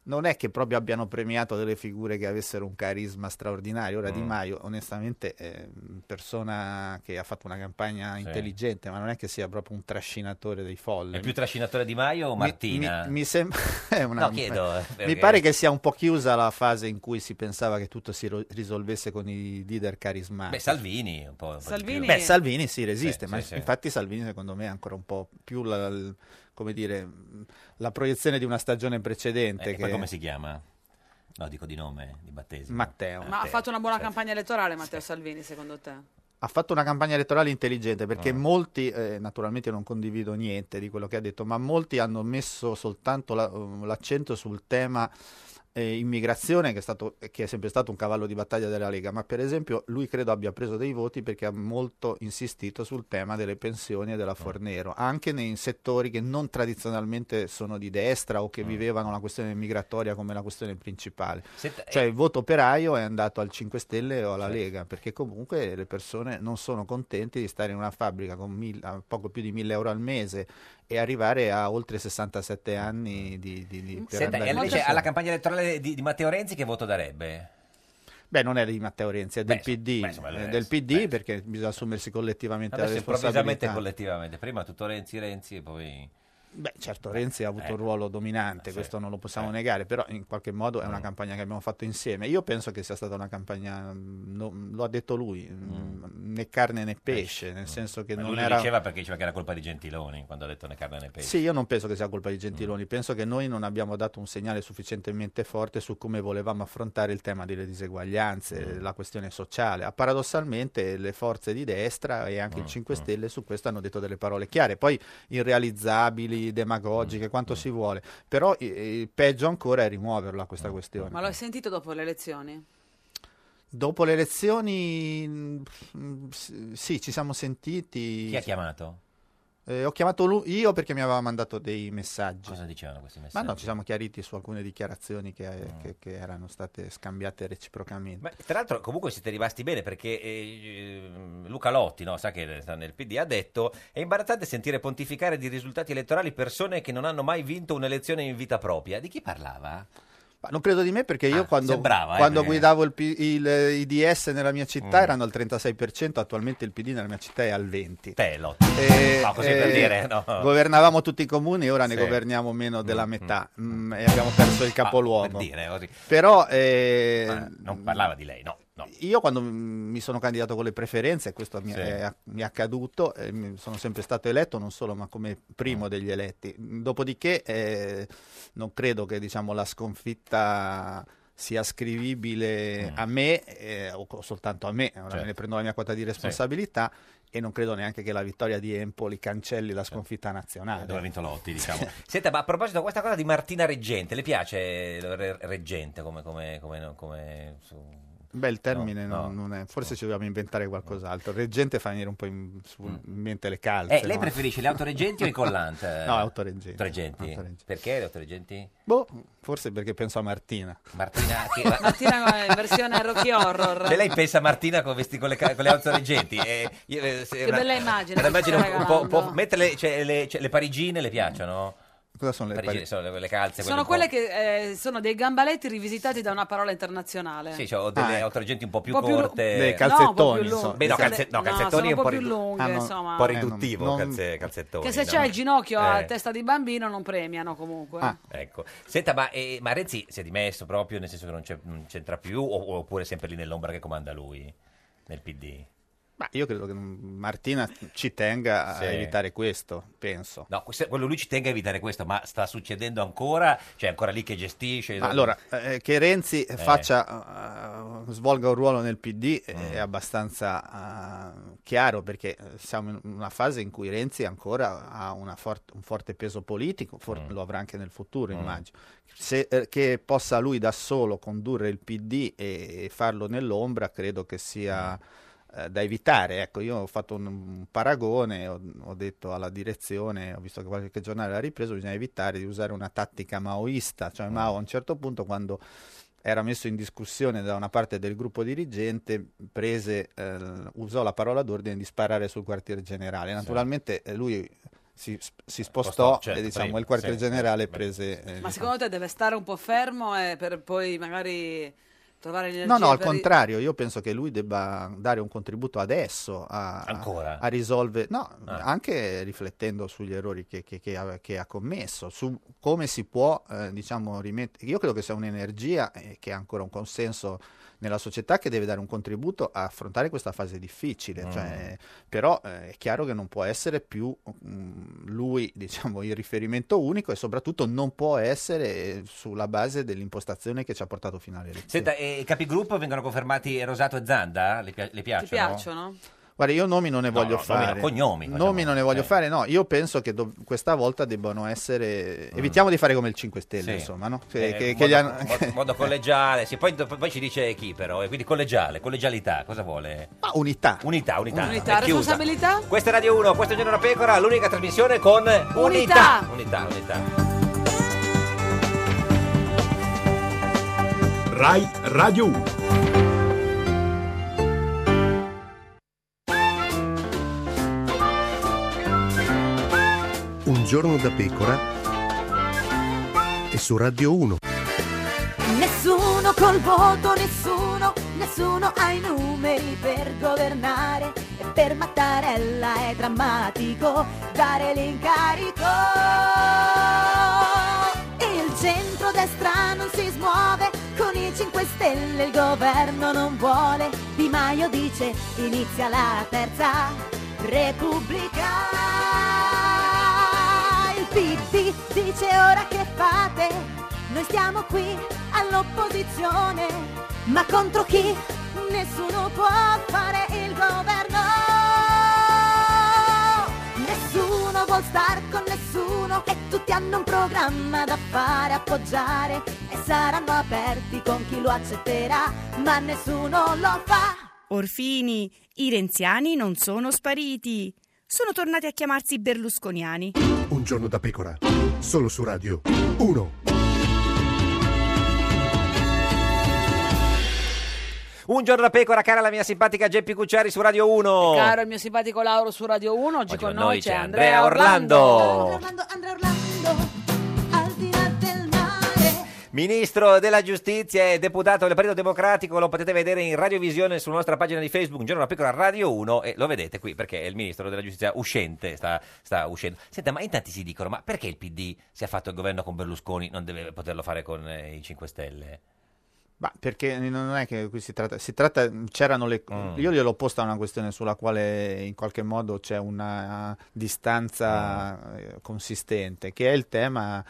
non è che proprio abbiano premiato delle figure che avessero un carisma straordinario. Ora Di
Mm.
Maio, onestamente, è una persona che ha fatto una campagna intelligente, ma non è che sia proprio un trascinatore dei folli.
È più trascinatore Di Maio o
Mi-
Oh, Martina?
Mi, mi sembra... è una-
No, chiedo, eh, perché-
Mi pare che sia un po' chiusa la fase in cui si pensava che tutto si ro- risolvesse con i leader carismatici.
Beh, Salvini un po'. un po' di
Salvini-
più.
Beh, Salvini si resiste,
Sì,
ma
sì, sì.
infatti Salvini secondo me è ancora un po' più la, l- come dire, la proiezione di una stagione precedente.
Eh, E
che...
poi come si chiama? No, dico di nome, di battesimo.
Matteo.
Ma ha fatto una buona campagna elettorale Matteo Salvini, secondo te?
Ha fatto una campagna elettorale intelligente perché molti, eh, naturalmente io non condivido niente di quello che ha detto, ma molti hanno messo soltanto la- mm, l'accento sul tema eh, immigrazione che è, stato, che è sempre stato un cavallo di battaglia della Lega, ma per esempio lui credo abbia preso dei voti perché ha molto insistito sul tema delle pensioni e della Fornero, anche nei settori che non tradizionalmente sono di destra o che vivevano la questione migratoria come la questione principale.
Senta,
Cioè il voto operaio è andato al 5 Stelle o alla Lega, perché comunque le persone non sono contenti di stare in una fabbrica con mil- a poco più di 1000 euro al mese e arrivare a oltre 67 anni di... di, di per
Mm. Senta,
andare
e
in
invece
pensione.
alla campagna elettorale di, di Matteo Renzi che voto darebbe?
Beh, non è di Matteo Renzi, è del PD,
allora
è
adesso-
del PD perché bisogna assumersi collettivamente la
Adesso improvvisamente e
responsabilità.
collettivamente. Prima tutto Renzi, Renzi e poi... Eh,
Beh, certo, Renzi ha avuto
Ecco.
un ruolo dominante, questo non lo possiamo negare, però in qualche modo è
Mm.
una campagna che abbiamo fatto insieme. Io penso che sia stata una campagna, mm, no- lo ha detto lui, mm, né carne né pesce, nel senso che
Eh, Mm. Ma
non
lui
era...
lo diceva perché diceva che era colpa di Gentiloni quando ha detto né carne né pesce.
Sì, io non penso che sia colpa di Gentiloni,
Mm.
penso che noi non abbiamo dato un segnale sufficientemente forte su come volevamo affrontare il tema delle diseguaglianze,
Mm.
la questione sociale. Ah, Paradossalmente le forze di destra e
Mm,
anche il 5 Stelle su questo hanno detto delle parole chiare, poi
Mm,
irrealizzabili, demagogiche, quanto si vuole, però eh, peggio ancora è rimuoverla
Mm,
questa questione.
Ma lo hai sentito dopo le elezioni?
Dopo le elezioni, mh, mh, s- sì, ci siamo sentiti.
Chi ha chiamato?
Eh, ho chiamato lui, io perché mi aveva mandato dei messaggi.
Cosa dicevano questi
Ma no, diciamo
messaggi? Mm.
ci siamo chiariti su alcune dichiarazioni che, eh, che- che erano state scambiate reciprocamente.
Ma tra l'altro comunque siete rimasti bene perché eh, Luca Lotti, no, sa che sta nel PD, ha detto è imbarazzante sentire pontificare di risultati elettorali persone che non hanno mai vinto un'elezione in vita propria. Di chi parlava?
Ma non credo di me perché io quando,
sembrava, eh,
quando
perché- Mm.
guidavo il, P- il, eh, i DS nella mia città erano al 36%, attualmente il PD nella mia città è al 20%.
Te, Lotti. No, così per dire, no.
Governavamo tutti i comuni, ora
Sì.
ne governiamo meno della metà mm, e abbiamo perso il capoluogo.
Ah, Per dire, così.
Però eh,
Non parlava di lei, no. no.
Io quando mm, mi sono candidato con le preferenze, questo mi
Sì.
è, mi è accaduto, eh, mi- sono sempre stato eletto non solo ma come
Mm.
primo degli eletti. Dopodiché eh, non credo che diciamo, la sconfitta sia
Mm.
ascrivibile a me eh, o co- soltanto a me, ora
Certo.
me ne prendo la mia quota di responsabilità e non credo neanche che la vittoria di Empoli cancelli la sconfitta nazionale.
Eh, Dove ha vinto Lotti, diciamo. Senta, ma a proposito, questa cosa di Martina Reggente, le piace eh, Re- Reggente come... come, come, come su-
Beh, il termine non, non è, forse ci dobbiamo inventare qualcos'altro. Reggente fa venire un po' in, su- in mente le calze.
Mm. Eh, lei
no?
preferisce le autoreggenti o i collant?
No, autoreggenti. Autoreggenti.
Perché le autoreggenti?
Boh, forse perché penso a Martina.
Martina, che-
Martina in versione Rocky Horror.
Cioè, lei pensa a Martina con, vesti, con le, ca- con le autoreggenti. eh, io, eh, se-
Che
una-
bella immagine.
una
che ci
immagine
sta
un po', un po'
regalando.
metterle- cioè, le, cioè, le parigine le piacciono?
Cosa sono
le parigine? Sono le, le calze.
Sono
un
quelle che eh, sono dei gambaletti rivisitati da una parola internazionale.
po'- Sì, cioè, ho delle
Ah, ecco.
autoreggenti un po' più
Un po' più lu-
corte.
Le calzettoni,
lunghe.
Beh, no, calze- no,
No,
calzettoni
sono
è un po'
più
ridu-
lunghe,
ah, no,
insomma.
un po'
Eh, non-
riduttivo.
non-
calze- calzettoni.
Che se
no?
c'è il ginocchio a
Eh.
testa di bambino non premiano comunque.
Ah.
Ecco. Senta, ma, eh, ma Renzi si è dimesso proprio, nel senso che non, c'è- non c'entra più, o- oppure è sempre lì nell'ombra che comanda lui, nel PD?
Ma io credo che Martina ci tenga
Sì.
a evitare questo, penso.
No, questo- quello lui ci tenga a evitare questo, ma sta succedendo ancora? Cioè, è ancora lì che gestisce?
Ma allora, eh, che Renzi
Eh.
faccia, eh, svolga un ruolo nel PD è abbastanza eh, chiaro perché eh, siamo in una fase in cui Renzi ancora ha una fort- un forte peso politico, for- lo avrà anche nel futuro immagino, Se, eh, che possa lui da solo condurre il PD e, e farlo nell'ombra credo che sia eh, da evitare. Ecco, io ho fatto un, un paragone, ho, ho detto alla direzione, ho visto che qualche giornale l'ha ripreso, bisogna evitare di usare una tattica maoista, cioè Mao a un certo punto quando era messo in discussione da una parte del gruppo dirigente, prese, eh, usò la parola d'ordine di sparare sul quartier generale. Naturalmente eh, lui si, si spostò
Spostò, certo,
e diciamo,
prima,
il quartier
sì,
generale prese... eh,
Ma secondo te deve stare un po' fermo eh, per poi magari trovare l'energia?
No, no, al
per-
contrario, io penso che lui debba dare un contributo adesso a,
Ancora? Ah.
a risolvere, no, anche riflettendo sugli errori che, che- che ha, che ha commesso, su come si può, eh, diciamo, rimettere. Io credo che sia un'energia eh, che ha ancora un consenso nella società che deve dare un contributo a affrontare questa fase difficile,
Mm.
cioè, però eh, è chiaro che non può essere più mm, lui, diciamo, il riferimento unico e soprattutto non può essere eh, sulla base dell'impostazione che ci ha portato fino alle elezioni.
Senta, e i capigruppo vengono confermati Rosato e Zanda? Le, pi- le piacciono?
Ti piacciono?
Guarda, io nomi non ne
No,
voglio
no, nomi no,
fare.
cognomi, facciamo. eh.
Nomi non ne voglio fare, no. Io penso che dov- questa volta debbano essere. Evitiamo di fare come il 5 Stelle,
Mm. Sì.
insomma, no? Che,
Eh,
che-
modo,
che gli hanno-
modo- modo collegiale, sì, poi, poi ci dice chi però, e quindi collegiale, collegialità, cosa vuole?
Ma unità.
Unità, unità.
Unità,
Ah, è chiusa.
responsabilità?
Questa è Radio 1, questo è Giorno da Pecora, l'unica trasmissione con
Unità.
Unità, unità.
Rai Radio 1.
Un giorno da pecora e su Radio 1.
Nessuno col voto, nessuno, nessuno ha i numeri per governare e per Mattarella è drammatico dare l'incarico. Il centro-destra non si smuove, con i 5 Stelle il governo non vuole. Di Maio dice inizia la terza Repubblica. Il PD dice ora che fate? Noi stiamo qui all'opposizione, ma contro chi? Nessuno può fare il governo. Nessuno vuol star con nessuno e tutti hanno un programma da fare, appoggiare e saranno aperti con chi lo accetterà, ma nessuno lo fa.
Orfini, i renziani non sono spariti. Sono tornati a chiamarsi berlusconiani.
Un giorno da pecora, solo su Radio 1.
Un giorno da pecora, cara la mia simpatica Geppi Cucciari su Radio 1.
Caro il mio simpatico Lauro su Radio 1, oggi, con noi c'è Andrea
Orlando. Ministro della Giustizia e deputato del Partito Democratico, lo potete vedere in radiovisione sulla nostra pagina di Facebook, un giorno da pecora Radio 1 e lo vedete qui perché è il ministro della Giustizia uscente, sta, sta uscendo. Senta, ma in tanti si dicono, ma perché il PD se ha fatto il governo con Berlusconi non deve poterlo fare con eh, i 5 Stelle?
Ma perché non è che qui si tratta, si tratta, c'erano le,
Mm.
io gliel'ho posta una questione sulla quale in qualche modo
Mm.
c'è una distanza eh, consistente, che è il tema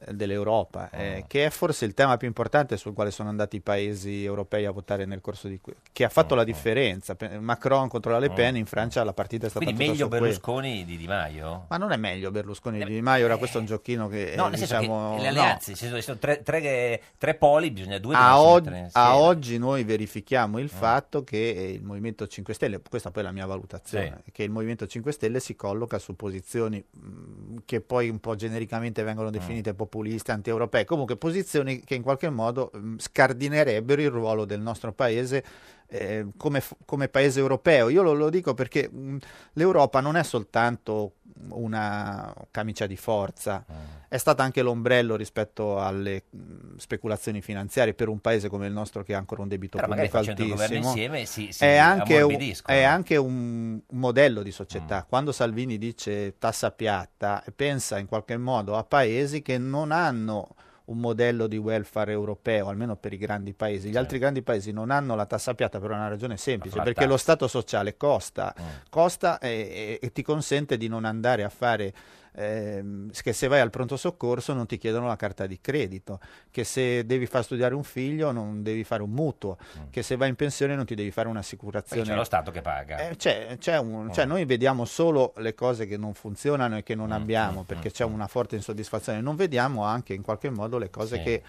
eh, dell'Europa,
Mm.
eh, che è forse il tema più importante sul quale sono andati i paesi europei a votare nel corso di que- che ha
Mm,
fatto la differenza. Pe- Macron contro la Le Pen in Francia la partita è stata
Quindi
tutta
meglio
su quello.
Berlusconi di Di Maio? Eh,
Ma non è meglio Berlusconi di Di Maio, ora questo è un giochino che
No,
eh,
nel senso
diciamo,
che le
no.
alleanze, ci sono- ci sono tre, tre- tre poli, bisogna due
A,
bisogna
o-
mettere insieme. Mm.
a oggi noi verifichiamo il fatto che eh, il Movimento 5 Stelle, questa poi è la mia valutazione, che il Movimento 5 Stelle si colloca su posizioni mh, che poi un po' genericamente
Mm.
vengono definite populiste, anti-europee, comunque posizioni che in qualche modo mh, scardinerebbero il ruolo del nostro paese eh, come, f- come paese europeo. Io lo, lo dico perché mh, l'Europa non è soltanto una camicia di forza,
Eh.
è stata anche l'ombrello rispetto alle mh, speculazioni finanziarie per un paese come il nostro che ha ancora un debito
Però magari
pubblico
facendo un
altissimo.
governo insieme si- si
è anche, un,
ammorbidiscono. Mm.
è anche un un modello di società. Quando Salvini dice tassa piatta, pensa in qualche modo a paesi che non hanno un modello di welfare europeo, almeno per i grandi paesi. Gli
Certo.
altri grandi paesi non hanno la tassa piatta per una ragione semplice,
flat
perché lo
tax.
Stato sociale costa,
Mm.
costa e, e- e ti consente di non andare a fare ehm, che se vai al pronto soccorso non ti chiedono la carta di credito, che se devi far studiare un figlio non devi fare un mutuo, che se vai in pensione non ti devi fare
Mm. Perché
un'assicurazione.
c'è lo Stato che paga.
Eh, c'è, c'è
Oh.
un- cioè, noi vediamo solo le cose che non funzionano e che
Mm,
non abbiamo perché c'è una forte insoddisfazione, non vediamo anche in qualche modo le cose
Sì.
che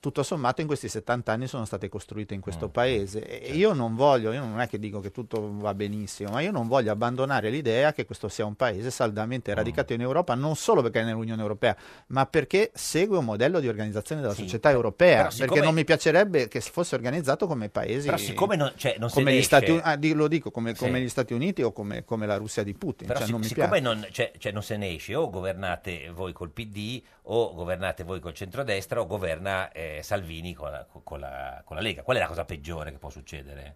tutto sommato in questi 70 anni sono state costruite in
Mm,
questo paese e io non voglio, io non è che dico che tutto va benissimo, ma io non voglio abbandonare l'idea che questo sia un paese
Mm.
saldamente radicato in Europa non solo perché è nell'Unione Europea, ma perché segue un modello di organizzazione della società europea,
però siccome-
perché non mi piacerebbe che fosse organizzato come paesi
Però siccome non, cioè, non se
come
ne
gli
esce-
Stati Uniti, Ah, lo dico come,
Sì.
come gli Stati Uniti o come, come la Russia di Putin.
Però
cioè,
sic-
non mi
siccome
piace.
non, cioè- cioè non se ne esce, o governate voi col PD, o governate voi col centrodestra, o governa eh, Salvini con la, con la- con la Lega. Qual è la cosa peggiore che può succedere?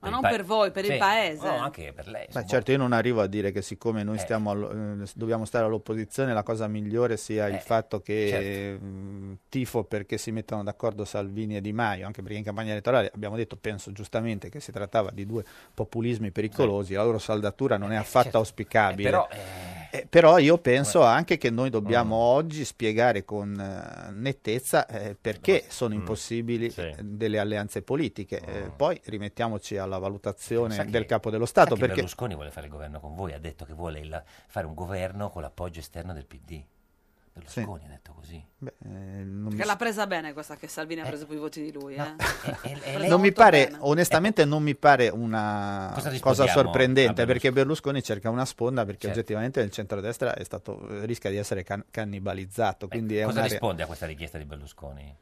Ma
il
non
pa-
per voi, per il
Sì,
paese.
No, anche per lei.
Beh, certo, io non arrivo a dire che siccome noi stiamo allo- eh, dobbiamo stare all'opposizione, la cosa migliore sia
Eh,
il fatto che
certo.
mh, tifo perché si mettano d'accordo Salvini e Di Maio, anche perché in campagna elettorale abbiamo detto, penso giustamente, che si trattava di due populismi pericolosi,
Eh.
la loro saldatura non è affatto auspicabile.
certo. però,
Eh, però io penso anche che noi dobbiamo
Mm.
oggi spiegare con eh, nettezza eh, perché sono
mm.
impossibili eh, delle alleanze politiche. Eh, poi rimettiamoci alla valutazione
Sa che-
del capo dello
Sa
Stato.
che
Perché
Berlusconi vuole fare il governo con voi, ha detto che vuole il- fare un governo con l'appoggio esterno del PD. Berlusconi ha detto così.
Beh, eh, non mi,
Perché l'ha presa bene questa che Salvini ha preso più voti di lui. eh.
non mi pare, onestamente, non mi pare una
Cosa
cosa
rispondiamo
sorprendente
a Berlusconi?
perché Berlusconi cerca una sponda perché
Certo.
oggettivamente il centrodestra è stato, eh, rischia di essere can- cannibalizzato. quindi è
Cosa
un'area-
risponde a questa richiesta di Berlusconi?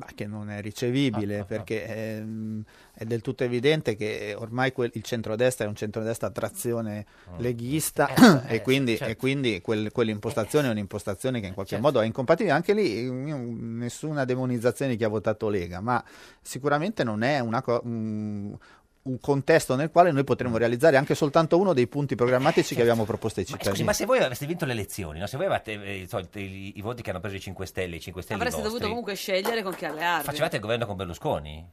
ma che non è
Ah,
ricevibile perché ehm, è del tutto evidente che ormai quel- il centrodestra è un centrodestra a trazione leghista
Mm. eh,
e quindi,
certo. Eh,
e quindi quel- quell'impostazione è un'impostazione che in qualche modo è incompatibile. Anche lì io, nessuna demonizzazione di chi ha votato Lega, ma sicuramente non è una co- un, un contesto nel quale noi potremmo realizzare anche soltanto uno dei punti programmatici che abbiamo proposto ai
Mm. Certo. Ma Eh, scusi,
cittadini.
ma se voi aveste vinto le elezioni, no? se voi avevate eh, so, il- i, i voti che hanno preso i 5 Stelle, i 5 Stelle
Avreste
vostri,
dovuto comunque scegliere con chi allearvi.
facevate il governo con Berlusconi?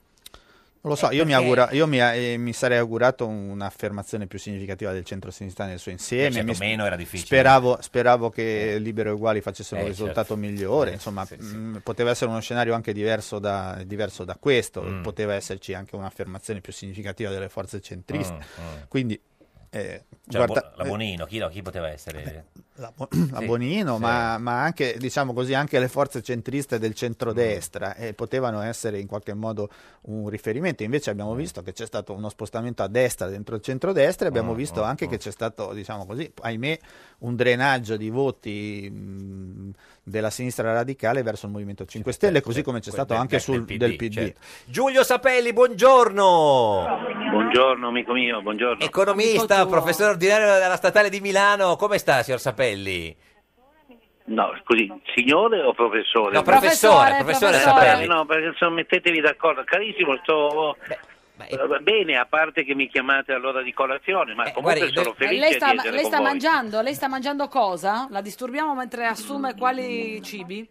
Non lo so, io, mi,
perché-
augura- io mi, eh, mi sarei augurato un'affermazione più significativa del centro-sinistra nel suo insieme.
Beh, certo,
mi sp-
meno era difficile.
Speravo, speravo che Libero e Uguali facessero
Eh,
un risultato
certo.
migliore.
Eh,
Insomma,
sì,
mh, poteva essere uno scenario anche diverso da, diverso da questo.
Mm.
Poteva esserci anche un'affermazione più significativa delle forze centriste.
Mm, mm.
Quindi, eh,
Cioè, la
guarda-
Bo- la Bonino, chi, no, chi poteva essere?
la, Bo- la Bonino, ma, ma anche, diciamo così, anche le forze centriste del centrodestra
Mm.
eh, potevano essere in qualche modo un riferimento. Invece abbiamo
Mm.
visto che c'è stato uno spostamento a destra dentro il centrodestra e
Mm,
abbiamo visto anche che c'è stato, diciamo così, ahimè, un drenaggio di voti mh, della sinistra radicale verso il Movimento 5 Stelle,
certo,
così come c'è stato anche sul del PD.
Giulio Sapelli, buongiorno!
Buongiorno amico mio, buongiorno.
Economista, professore ordinario della Statale di Milano, come sta signor Sapelli?
No, scusi, signore o professore?
No, professore, Professore, professore professore. Sapelli.
No, perché insomma, mettetevi d'accordo. Carissimo, sto eh, bene, a parte che mi chiamate all'ora di colazione, ma comunque
guardi,
sono
Eh,
felice
lei sta,
di essere
lei
con
sta
voi.
mangiando? Lei sta mangiando cosa? La disturbiamo mentre assume quali cibi?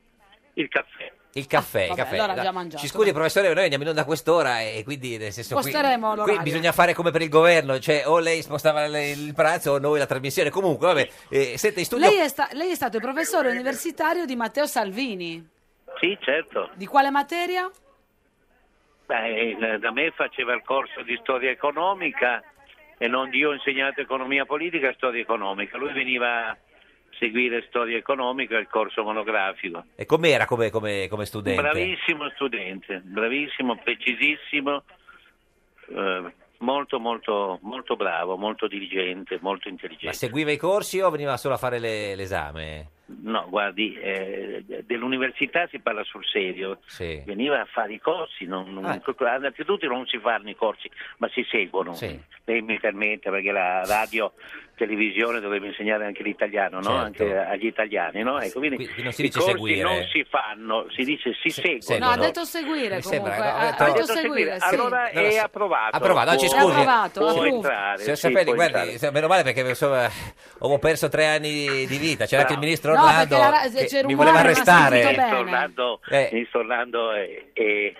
Il caffè.
Il caffè, il
vabbè,
caffè.
allora abbiamo
Dai.
mangiato,
Ci scusi, professore, noi andiamo in onda a quest'ora e quindi nel senso qui,
Sposteremo
qui
l'orario.
bisogna fare come per il governo, cioè o lei spostava le- il pranzo o noi la trasmissione. Comunque, vabbè, eh, senta, in studio
Lei è, sta- lei è stato il professore universitario di Matteo Salvini.
Sì, certo.
Di quale materia?
Beh, il- da me faceva il corso di storia economica e non io ho insegnato economia politica e storia economica. Lui veniva a seguire storia economica e il corso monografico.
e com'era come, come- come studente?
Bravissimo studente, bravissimo, precisissimo, eh, molto, molto, molto bravo, molto diligente, molto
Ma
intelligente.
seguiva i corsi o veniva solo a fare le- l'esame?
No, guardi, eh, dell'università si parla sul serio.
Sì. Ah.
Veniva a fare i corsi, non, non, innanzitutto non si fanno i corsi, ma si seguono.
Sì.
Lei mi permette, perché la radio, televisione dovrebbe insegnare anche l'italiano, no?
Certo.
anche agli italiani. No? Ecco, quindi
Qui- qui non si
i
dice
corsi
seguire.
non si fanno, si dice si seguono.
No, ha detto seguire
Mi
comunque.
sembra, no,
ha,
ha detto-
ha detto
Ha detto
seguire, sì.
seguire. Allora è
Non lo so.
approvato.
Approvato, ah, ci
Può-
scusi.
È approvato,
Può
approvato.
entrare, Signor
sì,
Sapelli,
può
guardi,
entrare.
se- meno male perché insomma, avevo perso tre anni di vita. C'era anche il ministro
No, perché
Orlando
la ra-
che
c'era un
mi voleva
guardia, ma si è sentito
arrestare.
bene.
Orlando,
Eh.
ministro Orlando è- è-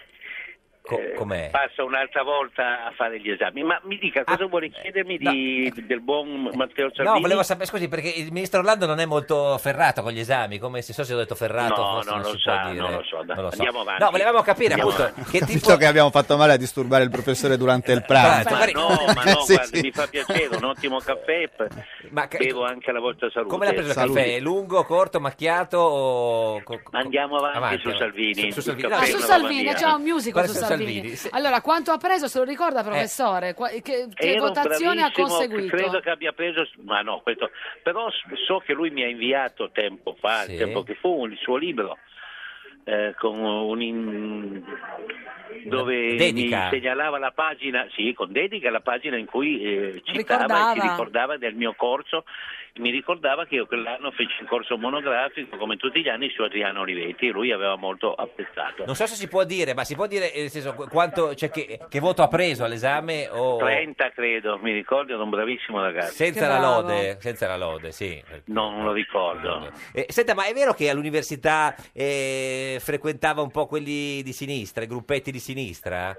eh,
com'è? Ah,
passa un'altra volta a fare gli esami. Ma mi dica, cosa vuole chiedermi di- del buon Matteo Salvini?
eh, No, volevo sapere, scusi, perché il ministro Orlando non è molto ferrato con gli esami, come se so se ho detto ferrato,
No,
forse
no,
non
lo
si
sa,
può dire.
non lo so, dai,
Non lo
andiamo avanti.
No, volevamo capire
Andiamo
appunto che tipo
Visto che abbiamo fatto male a disturbare il professore durante il pranzo.
Eh, Ma no, ma no,
Sì,
guardi,
sì.
mi fa piacere, un ottimo caffè, bevo anche la vostra salute.
come l'ha preso il caffè? Lungo, corto, macchiato o co- co-
Andiamo avanti, su Salvini.
Su- su Salvini.
Il
Ah,
caffè
su
è una
Salvini,
roba
c'è un
mia.
musical su
Guarda, su
Salvini.
Salvini, sì.
Allora, quanto ha preso se lo ricorda, professore? Qua- che che
Era un
Cioè, votazione ha
bravissimo,
conseguito?
Credo che abbia preso, ma no, questo, però s- so che lui mi ha inviato tempo fa, il tempo che fu, il suo libro. eh, con un in- dove
Dedica.
mi segnalava la pagina, sì, con dedica la pagina in cui eh, citava
Ricordava.
e si ricordava del mio corso, mi ricordava che io quell'anno feci un corso monografico come tutti gli anni su Adriano Olivetti e lui aveva molto apprezzato.
Non so se si può dire, ma si può dire eh, nel senso, qu- quanto, cioè, che, che voto ha preso all'esame o
30 credo, mi ricordo, era un bravissimo ragazzo.
senza la lode, senza la lode, sì.
Non lo ricordo.
Eh, senta, ma è vero che all'università eh, frequentava un po' quelli di sinistra, i gruppetti di sinistra?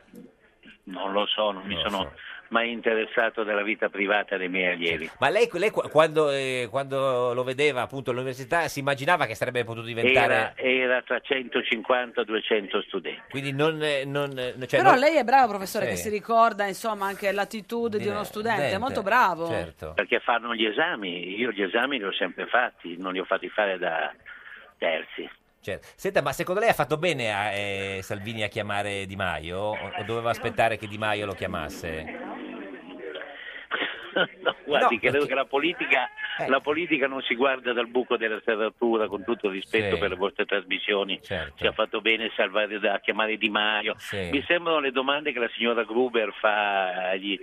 Non lo so, non mi sono mai interessato della vita privata dei miei allievi.
Ma lei, lei qu- quando, eh, quando lo vedeva appunto all'università si immaginava che sarebbe potuto diventare...
Era, era tra 150 e 200 studenti.
Quindi non... eh, non, eh, cioè,
Però
non-
lei è bravo, professore,
Sì.
che si ricorda insomma anche l'attitude di uno studente, è molto bravo.
Certo.
Perché fanno gli esami, io gli esami li ho sempre fatti, non li ho fatti fare da terzi.
Certo. Senta, ma secondo lei ha fatto bene a, eh, Salvini a chiamare Di Maio o, o doveva aspettare che Di Maio lo chiamasse?
No, guardi, credo
No, perché- Eh.
che la politica, la politica non si guarda dal buco della serratura, con tutto il rispetto
Sì.
per le vostre trasmissioni.
Certo.
Ci ha fatto bene salvare da chiamare Di Maio.
Sì.
Mi sembrano le domande che la signora Gruber fa agli-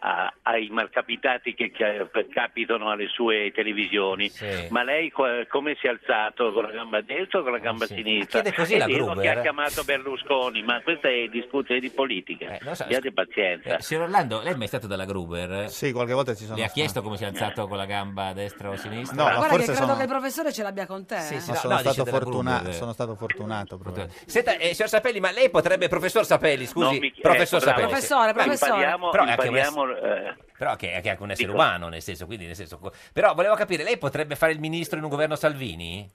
a- ai malcapitati che, che capitano alle sue televisioni.
Sì.
Ma lei qua- come si è alzato? Con la gamba destra o con la gamba sinistra?
Ah, chiede così
È
la
vero che
Gruber? eh.
ha chiamato Berlusconi, ma questa è discussione di politica.
Eh, so,
Abbiate pazienza.
Eh, signor Orlando, lei è mai stato dalla Gruber?
Sì, qualche volta ci sono
Le ha
stato.
chiesto come si è alzato con la gamba a destra o a sinistra?
No, ma
Guarda che
forse
credo
sono-
che il professore ce l'abbia con te. eh.
Ma
no,
sono,
no, dice
stato
della
fortuna-
Gruber.
sono stato fortunato. proprio.
Senta, eh, signor Sapelli, ma lei potrebbe, professor Sapelli, scusi,
Non mi- eh,
professor
bravo.
Sapelli.
Professore,
Beh,
professore.
Impariamo-
però è anche un ess-
impariamo, eh,
Però che è anche un essere
dico-
umano, nel senso, quindi nel senso... co- Però volevo capire, lei potrebbe fare il ministro in un governo Salvini?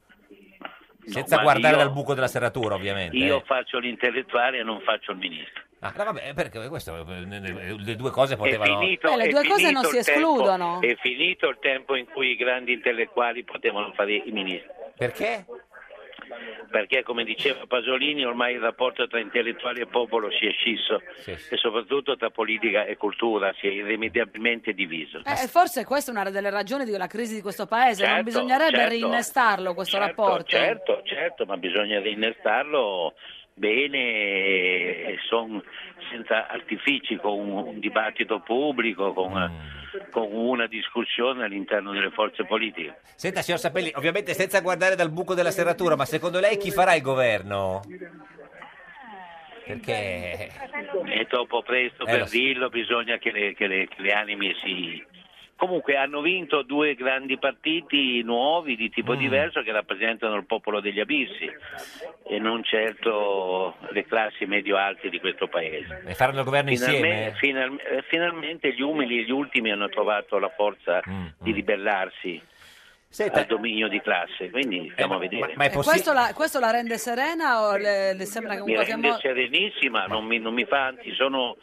Senza
guardi,
guardare
io-
dal buco della serratura, ovviamente.
Io
eh.
faccio l'intellettuale e non faccio il ministro.
Ah, no, vabbè, perché questo, eh, le due cose
È
potevano...
finito,
Beh, Eh, le
è
due cose
finito
non si
il tempo-
escludono.
è finito il tempo in cui i grandi intellettuali potevano fare i ministri.
Perché?
Perché, come diceva Pasolini, ormai il rapporto tra intellettuali e popolo si è scisso e soprattutto tra politica e cultura si è irrimediabilmente diviso.
Eh, forse questa è una delle ragioni della crisi di questo paese, non
Certo,
bisognerebbe
certo.
rinnestarlo questo
Certo,
rapporto.
Certo, certo, ma bisogna rinnestarlo bene, e son- senza artifici, con un, un dibattito pubblico, con, con una discussione all'interno delle forze politiche.
Senta, signor Sapelli, ovviamente senza guardare dal buco della serratura, ma secondo lei chi farà il governo? Perché...
È troppo presto
Eh, lo
per
so.
dirlo, bisogna che le, che le- che le anime si, Comunque hanno vinto due grandi partiti nuovi di
Mm.
tipo diverso che rappresentano il popolo degli abissi e non certo le classi medio-alte di questo paese.
E faranno il governo
Finalme-
insieme?
final- eh, finalmente gli umili e gli ultimi hanno trovato la forza
Mm,
di ribellarsi al dominio di classe,
Eh,
quindi stiamo a vedere.
E Eh, questo, la, questo la rende serena o le, le sembra che in
mi
qualche
rende
modo...
serenissima, non mi, non mi fa, anzi sono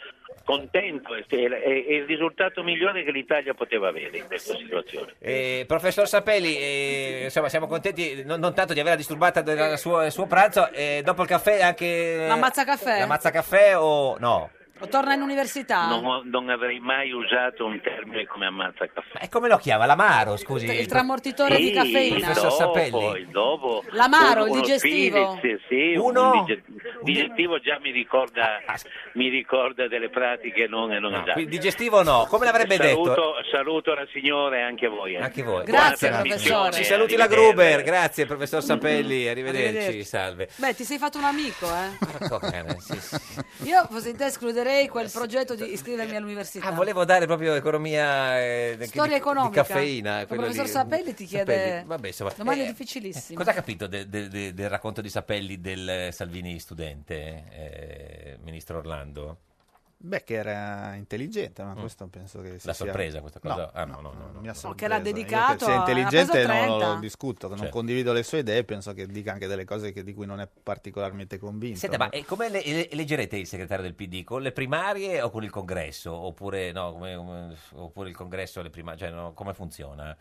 contento, è, è- è il risultato migliore che l'Italia poteva avere in questa situazione.
Eh, professor Sapelli, eh, insomma, siamo contenti non, non tanto di averla disturbata del suo, del suo pranzo. eh, dopo il caffè anche.
La mazza caffè?
La mazza caffè o no?
O torna in università?
Non, ho- non avrei mai usato un termine come ammazza caffè.
E come lo chiama? L'amaro, scusi.
Il tramortitore di
Sì,
caffeina?
il dopo, il dopo.
L'amaro, il
uno
digestivo?
Spirits, sì, un-
Uno?
un dige- digestivo già mi
Ah,
ricorda, mi ricorda delle pratiche non, non usate.
Quindi digestivo no? Come l'avrebbe
saluto,
detto?
Saluto la signora e anche voi. eh.
Anche voi.
Buona
Grazie,
trasmissione,
Ci saluti la
arrivederci.
Gruber. Grazie, professor Sapelli. Arrivederci.
Arrivederci.
Salve.
Beh, ti sei fatto un amico, eh?
Porco cane, sì, sì.
Io fossi in te escluderei quel progetto di iscrivermi all'università.
Ah, volevo dare proprio economia eh, di-
Storia
di,
economica.
di caffeina.
Il
quello
professor
lì.
Sapelli ti chiede
Sapelli. Vabbè, insomma,
domande
eh,
difficilissime.
Cosa ha capito de- de- de- del racconto di Sapelli del eh, Salvini studente, eh, ministro Orlando?
Beh, che era intelligente, ma questo penso che sia...
Mm. La sorpresa questa cosa? ah, no, no, no. no.
Mi ha
che l'ha
sorpreso. Io
dedicato
che sia
a-
intelligente
ha preso
non
30.
lo discuto, che non
Certo.
condivido le sue idee, penso che dica anche delle cose che- di cui non è particolarmente convinto.
Senta, ma eh, come le- ele- eleggerete il segretario del PD? Con le primarie o con il congresso? Oppure, no, come- come- oppure il congresso alle primarie? Cioè, no, come funziona?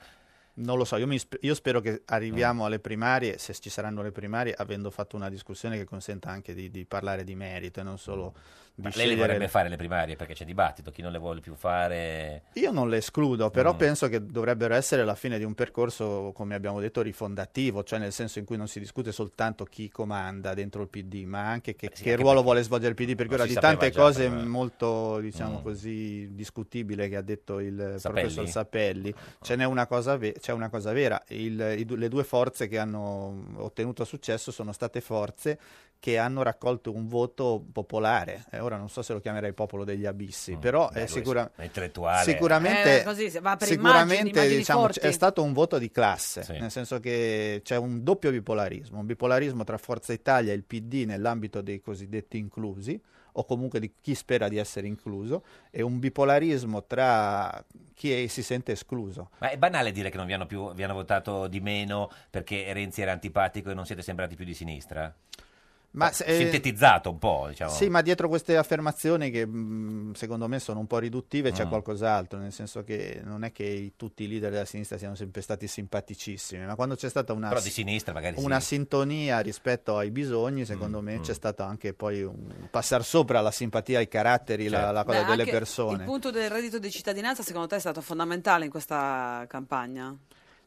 Non lo so, io, mi sp- io spero che
Mm.
arriviamo alle primarie, se ci saranno le primarie, avendo fatto una discussione che consenta anche di, di parlare di merito e non solo di
Ma lei le
scegliere...
vorrebbe fare le primarie perché c'è dibattito, chi non le vuole più fare...
Io non le escludo,
Mm.
però penso che dovrebbero essere la fine di un percorso, come abbiamo detto, rifondativo, cioè nel senso in cui non si discute soltanto chi comanda dentro il PD, ma anche che, che
Eh anche
ruolo
perché
vuole svolgere il PD, perché
non
ora
si
di
sapeva
tante
già eh.
cose
prima.
molto, diciamo
Mm.
così, discutibile che ha detto il
Sapelli?
professor Sapelli, ce n'è una cosa, ve- c'è una cosa vera, Il- i du- le due forze che hanno ottenuto successo sono state forze che hanno raccolto un voto popolare, Eh, ora non so se lo chiamerei popolo degli abissi, però
Mm. Beh,
è
lui
sicura-
è intellettuale.
sicuramente
Eh, così, se va per
sicuramente,
immagini, immagini
diciamo,
forti.
è stato un voto di classe, nel senso che c'è un doppio bipolarismo, un bipolarismo tra Forza Italia e il PD nell'ambito dei cosiddetti inclusi o comunque di chi spera di essere incluso e un bipolarismo tra chi è- si sente escluso.
Ma è banale dire che non vi hanno, più, vi hanno votato di meno perché Renzi era antipatico e non siete sembrati più di sinistra?
Ma
Ma
se- eh,
Sintetizzato un po', diciamo.
Sì, ma dietro queste affermazioni che mh, secondo me sono un po' riduttive c'è
Mm.
qualcos'altro, nel senso che non è che i- tutti i leader della sinistra siano sempre stati simpaticissimi, ma quando c'è stata una,
Però di sinistra magari Eh, sì. Mm,
una sintonia rispetto ai bisogni, secondo me c'è stato anche poi un passare sopra la simpatia, ai caratteri, la-
Certo.
la, cosa
Beh,
delle
anche Il
persone.
punto del reddito di cittadinanza secondo te è stato fondamentale in questa campagna?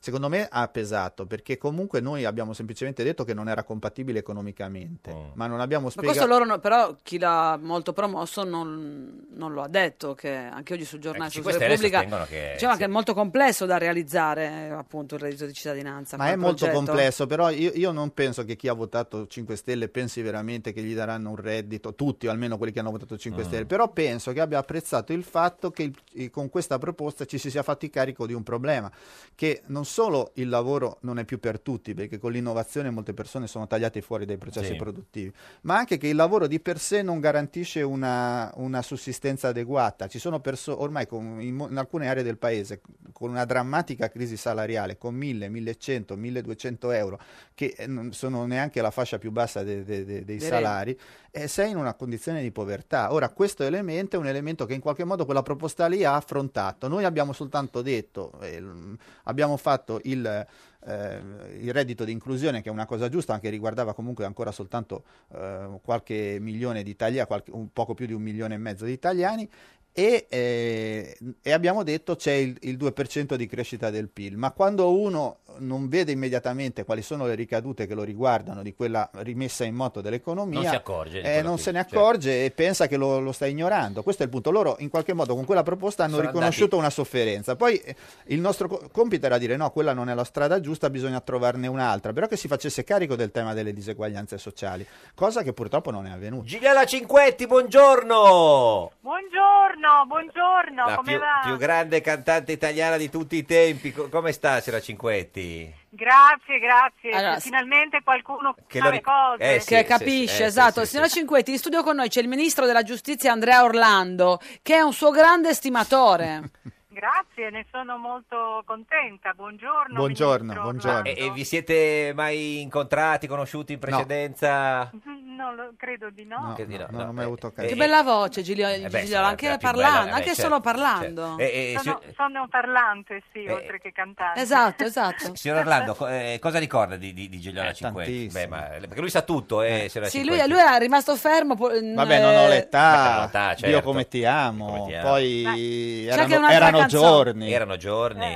Secondo me ha pesato perché comunque noi abbiamo semplicemente detto che non era compatibile economicamente,
Mm.
ma non abbiamo
Ma
spiegato...
questo loro, no- però, chi l'ha molto promosso non, non lo ha detto, che anche oggi sul giornale, su
Ecco,
diciamo
queste adesso
Repubblica,
sostengono che-
diceva
Eh, sì.
che è molto complesso da realizzare eh, appunto il reddito di cittadinanza.
Ma
quel
è molto
progetto.
complesso, però io, io non penso che chi ha votato 5 Stelle pensi veramente che gli daranno un reddito, tutti o almeno quelli che hanno votato 5
Mm.
Stelle, però penso che abbia apprezzato il fatto che il- eh, con questa proposta ci si sia fatti carico di un problema, che non solo il lavoro non è più per tutti, perché con l'innovazione molte persone sono tagliate fuori dai processi
Sì.
produttivi, ma anche che il lavoro di per sé non garantisce una, una sussistenza adeguata. Ci sono persone ormai con- in, mo- in alcune aree del paese con una drammatica crisi salariale con 1000, 1100, 1200 euro, che eh, non sono neanche la fascia più bassa de- de- de- dei
Direi.
salari, e sei in una condizione di povertà. Ora, questo elemento è un elemento che in qualche modo quella proposta lì ha affrontato. Noi abbiamo soltanto detto, eh, l- abbiamo fatto il. eh, il reddito di inclusione che è una cosa giusta anche riguardava comunque ancora soltanto eh, qualche milione di italiani qualche- un poco più di un milione e mezzo di italiani e, eh, e abbiamo detto c'è il, il 2% di crescita del PIL, ma quando uno non vede immediatamente quali sono le ricadute che lo riguardano di quella rimessa in moto dell'economia,
Non si accorge di
eh,
quello
non
che-
se ne accorge e pensa che lo, lo sta ignorando. Questo è il punto. Loro in qualche modo con quella proposta hanno
Sono
riconosciuto una sofferenza. Poi eh, il nostro co- compito era dire no, quella non è la strada giusta, bisogna trovarne un'altra, però che si facesse carico del tema delle diseguaglianze sociali, cosa che purtroppo non è avvenuta.
Gigliala Cinquetti, buongiorno!
Buongiorno. Buongiorno, buongiorno,
La
come
più,
va?
più grande cantante italiana di tutti i tempi. Co- come sta, Sera Cinquetti?
Grazie, grazie.
Allora,
Finalmente qualcuno
Che
che
lo
sa
ric-
le cose.
eh, sì,
che
sì,
capisce,
sì, eh,
esatto.
sì, sì,
Signora Cinquetti, in studio con noi c'è il ministro della giustizia Andrea Orlando, che è un suo grande stimatore.
Grazie, ne sono molto contenta. Buongiorno. ministro Orlando.
E, e vi siete mai incontrati, conosciuti in precedenza?
Mm, Non lo- credo di no.
Che di no, no.
Non ho mai avuto occasione.
Che
Eh,
bella voce, Giglio,
eh, beh,
Gigliola, anche
la più
parlando,
bella, eh,
anche
certo,
solo parlando.
certo. Eh, eh,
Sono,
si-
sono un parlante, sì, oltre che cantante.
Esatto, esatto.
Signor Orlando, co- eh, cosa ricorda di, di, di Gigliola
Eh,
Cinquetti? Beh, ma- perché lui sa tutto, eh, signora
Sì, lui,
Cinquetti.
lui è rimasto fermo. po- in-
Vabbè, non ho
eh,
l'età.
l'età, certo.
Dio come ti amo. Poi
anche
erano,
un'altra
erano
canzone.
giorni.
Erano giorni.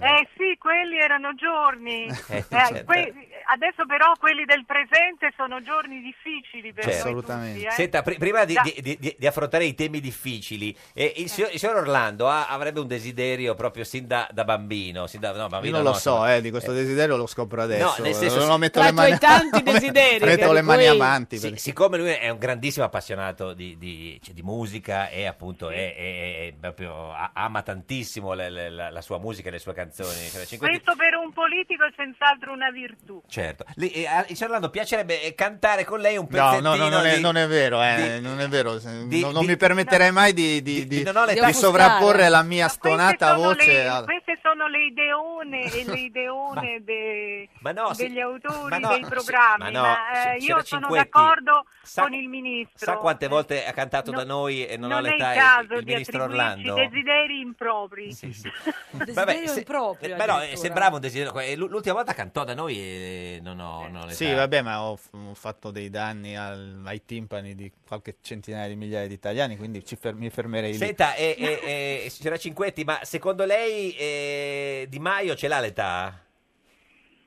Eh sì, quelli erano giorni.
Eh,
Eh,
certo.
que- adesso però quelli del presente sono giorni difficili per
Certo.
noi tutti. eh.
Senta, pri- prima di,
Da-
di- di- di affrontare i temi difficili, eh, il, signor, il signor Orlando ha- avrebbe un desiderio proprio sin da, da bambino. sin da- no,
Io
bambino
non lo
no,
so, eh, di questo desiderio lo scopro adesso.
nel senso-
non lo metto le
Tra i
mani,
tuoi tanti desideri,
metto
per
le mani
cui-
avanti.
Sì,
perché-
siccome lui è un grandissimo appassionato di, di- cioè, di musica e appunto è, è- è proprio, a- ama tantissimo le- le- la, la sua musica e le sue canzoni. cioè, le 50
Questo per un politico è senz'altro una virtù.
Certo. Lì, eh, a- il signor Orlando piacerebbe eh, cantare con lei un
No, no,
pezzettino
no, non, è,
di-
non è vero, eh, non è vero. se-
di-
non non
di-
mi permetterei mai di, di- di-
non ho le
di
tante-
sovrapporre la mia stonata
Sono
voce
le-
alla-
Queste sono le ideone e le ideone de-
ma no, se-
degli autori
ma no,
dei
si-
programmi.
ma no,
ma, eh,
si-
io
signora
sono
Cinquetti,
d'accordo
sa-
con il ministro. eh,
Sa quante volte ha cantato da noi e non, ho
non è il
l'età il-
caso
il,
di
ministro
attribuirci
Orlando?
desideri impropri.
Vabbè, se-
improprio,
eh, però eh,
addirittura.
sembrava un desiderio. eh, l'u- L'ultima volta cantò da noi e non ho, non ho l'età.
Eh. Sì, vabbè, ma ho, f- ho fatto dei danni al- ai timpani di qualche centinaia di migliaia di italiani, quindi ci fer- mi fermerei lì.
Senta, eh, eh, eh, signora Cinquetti, ma secondo lei eh, Di Maio ce l'ha l'età?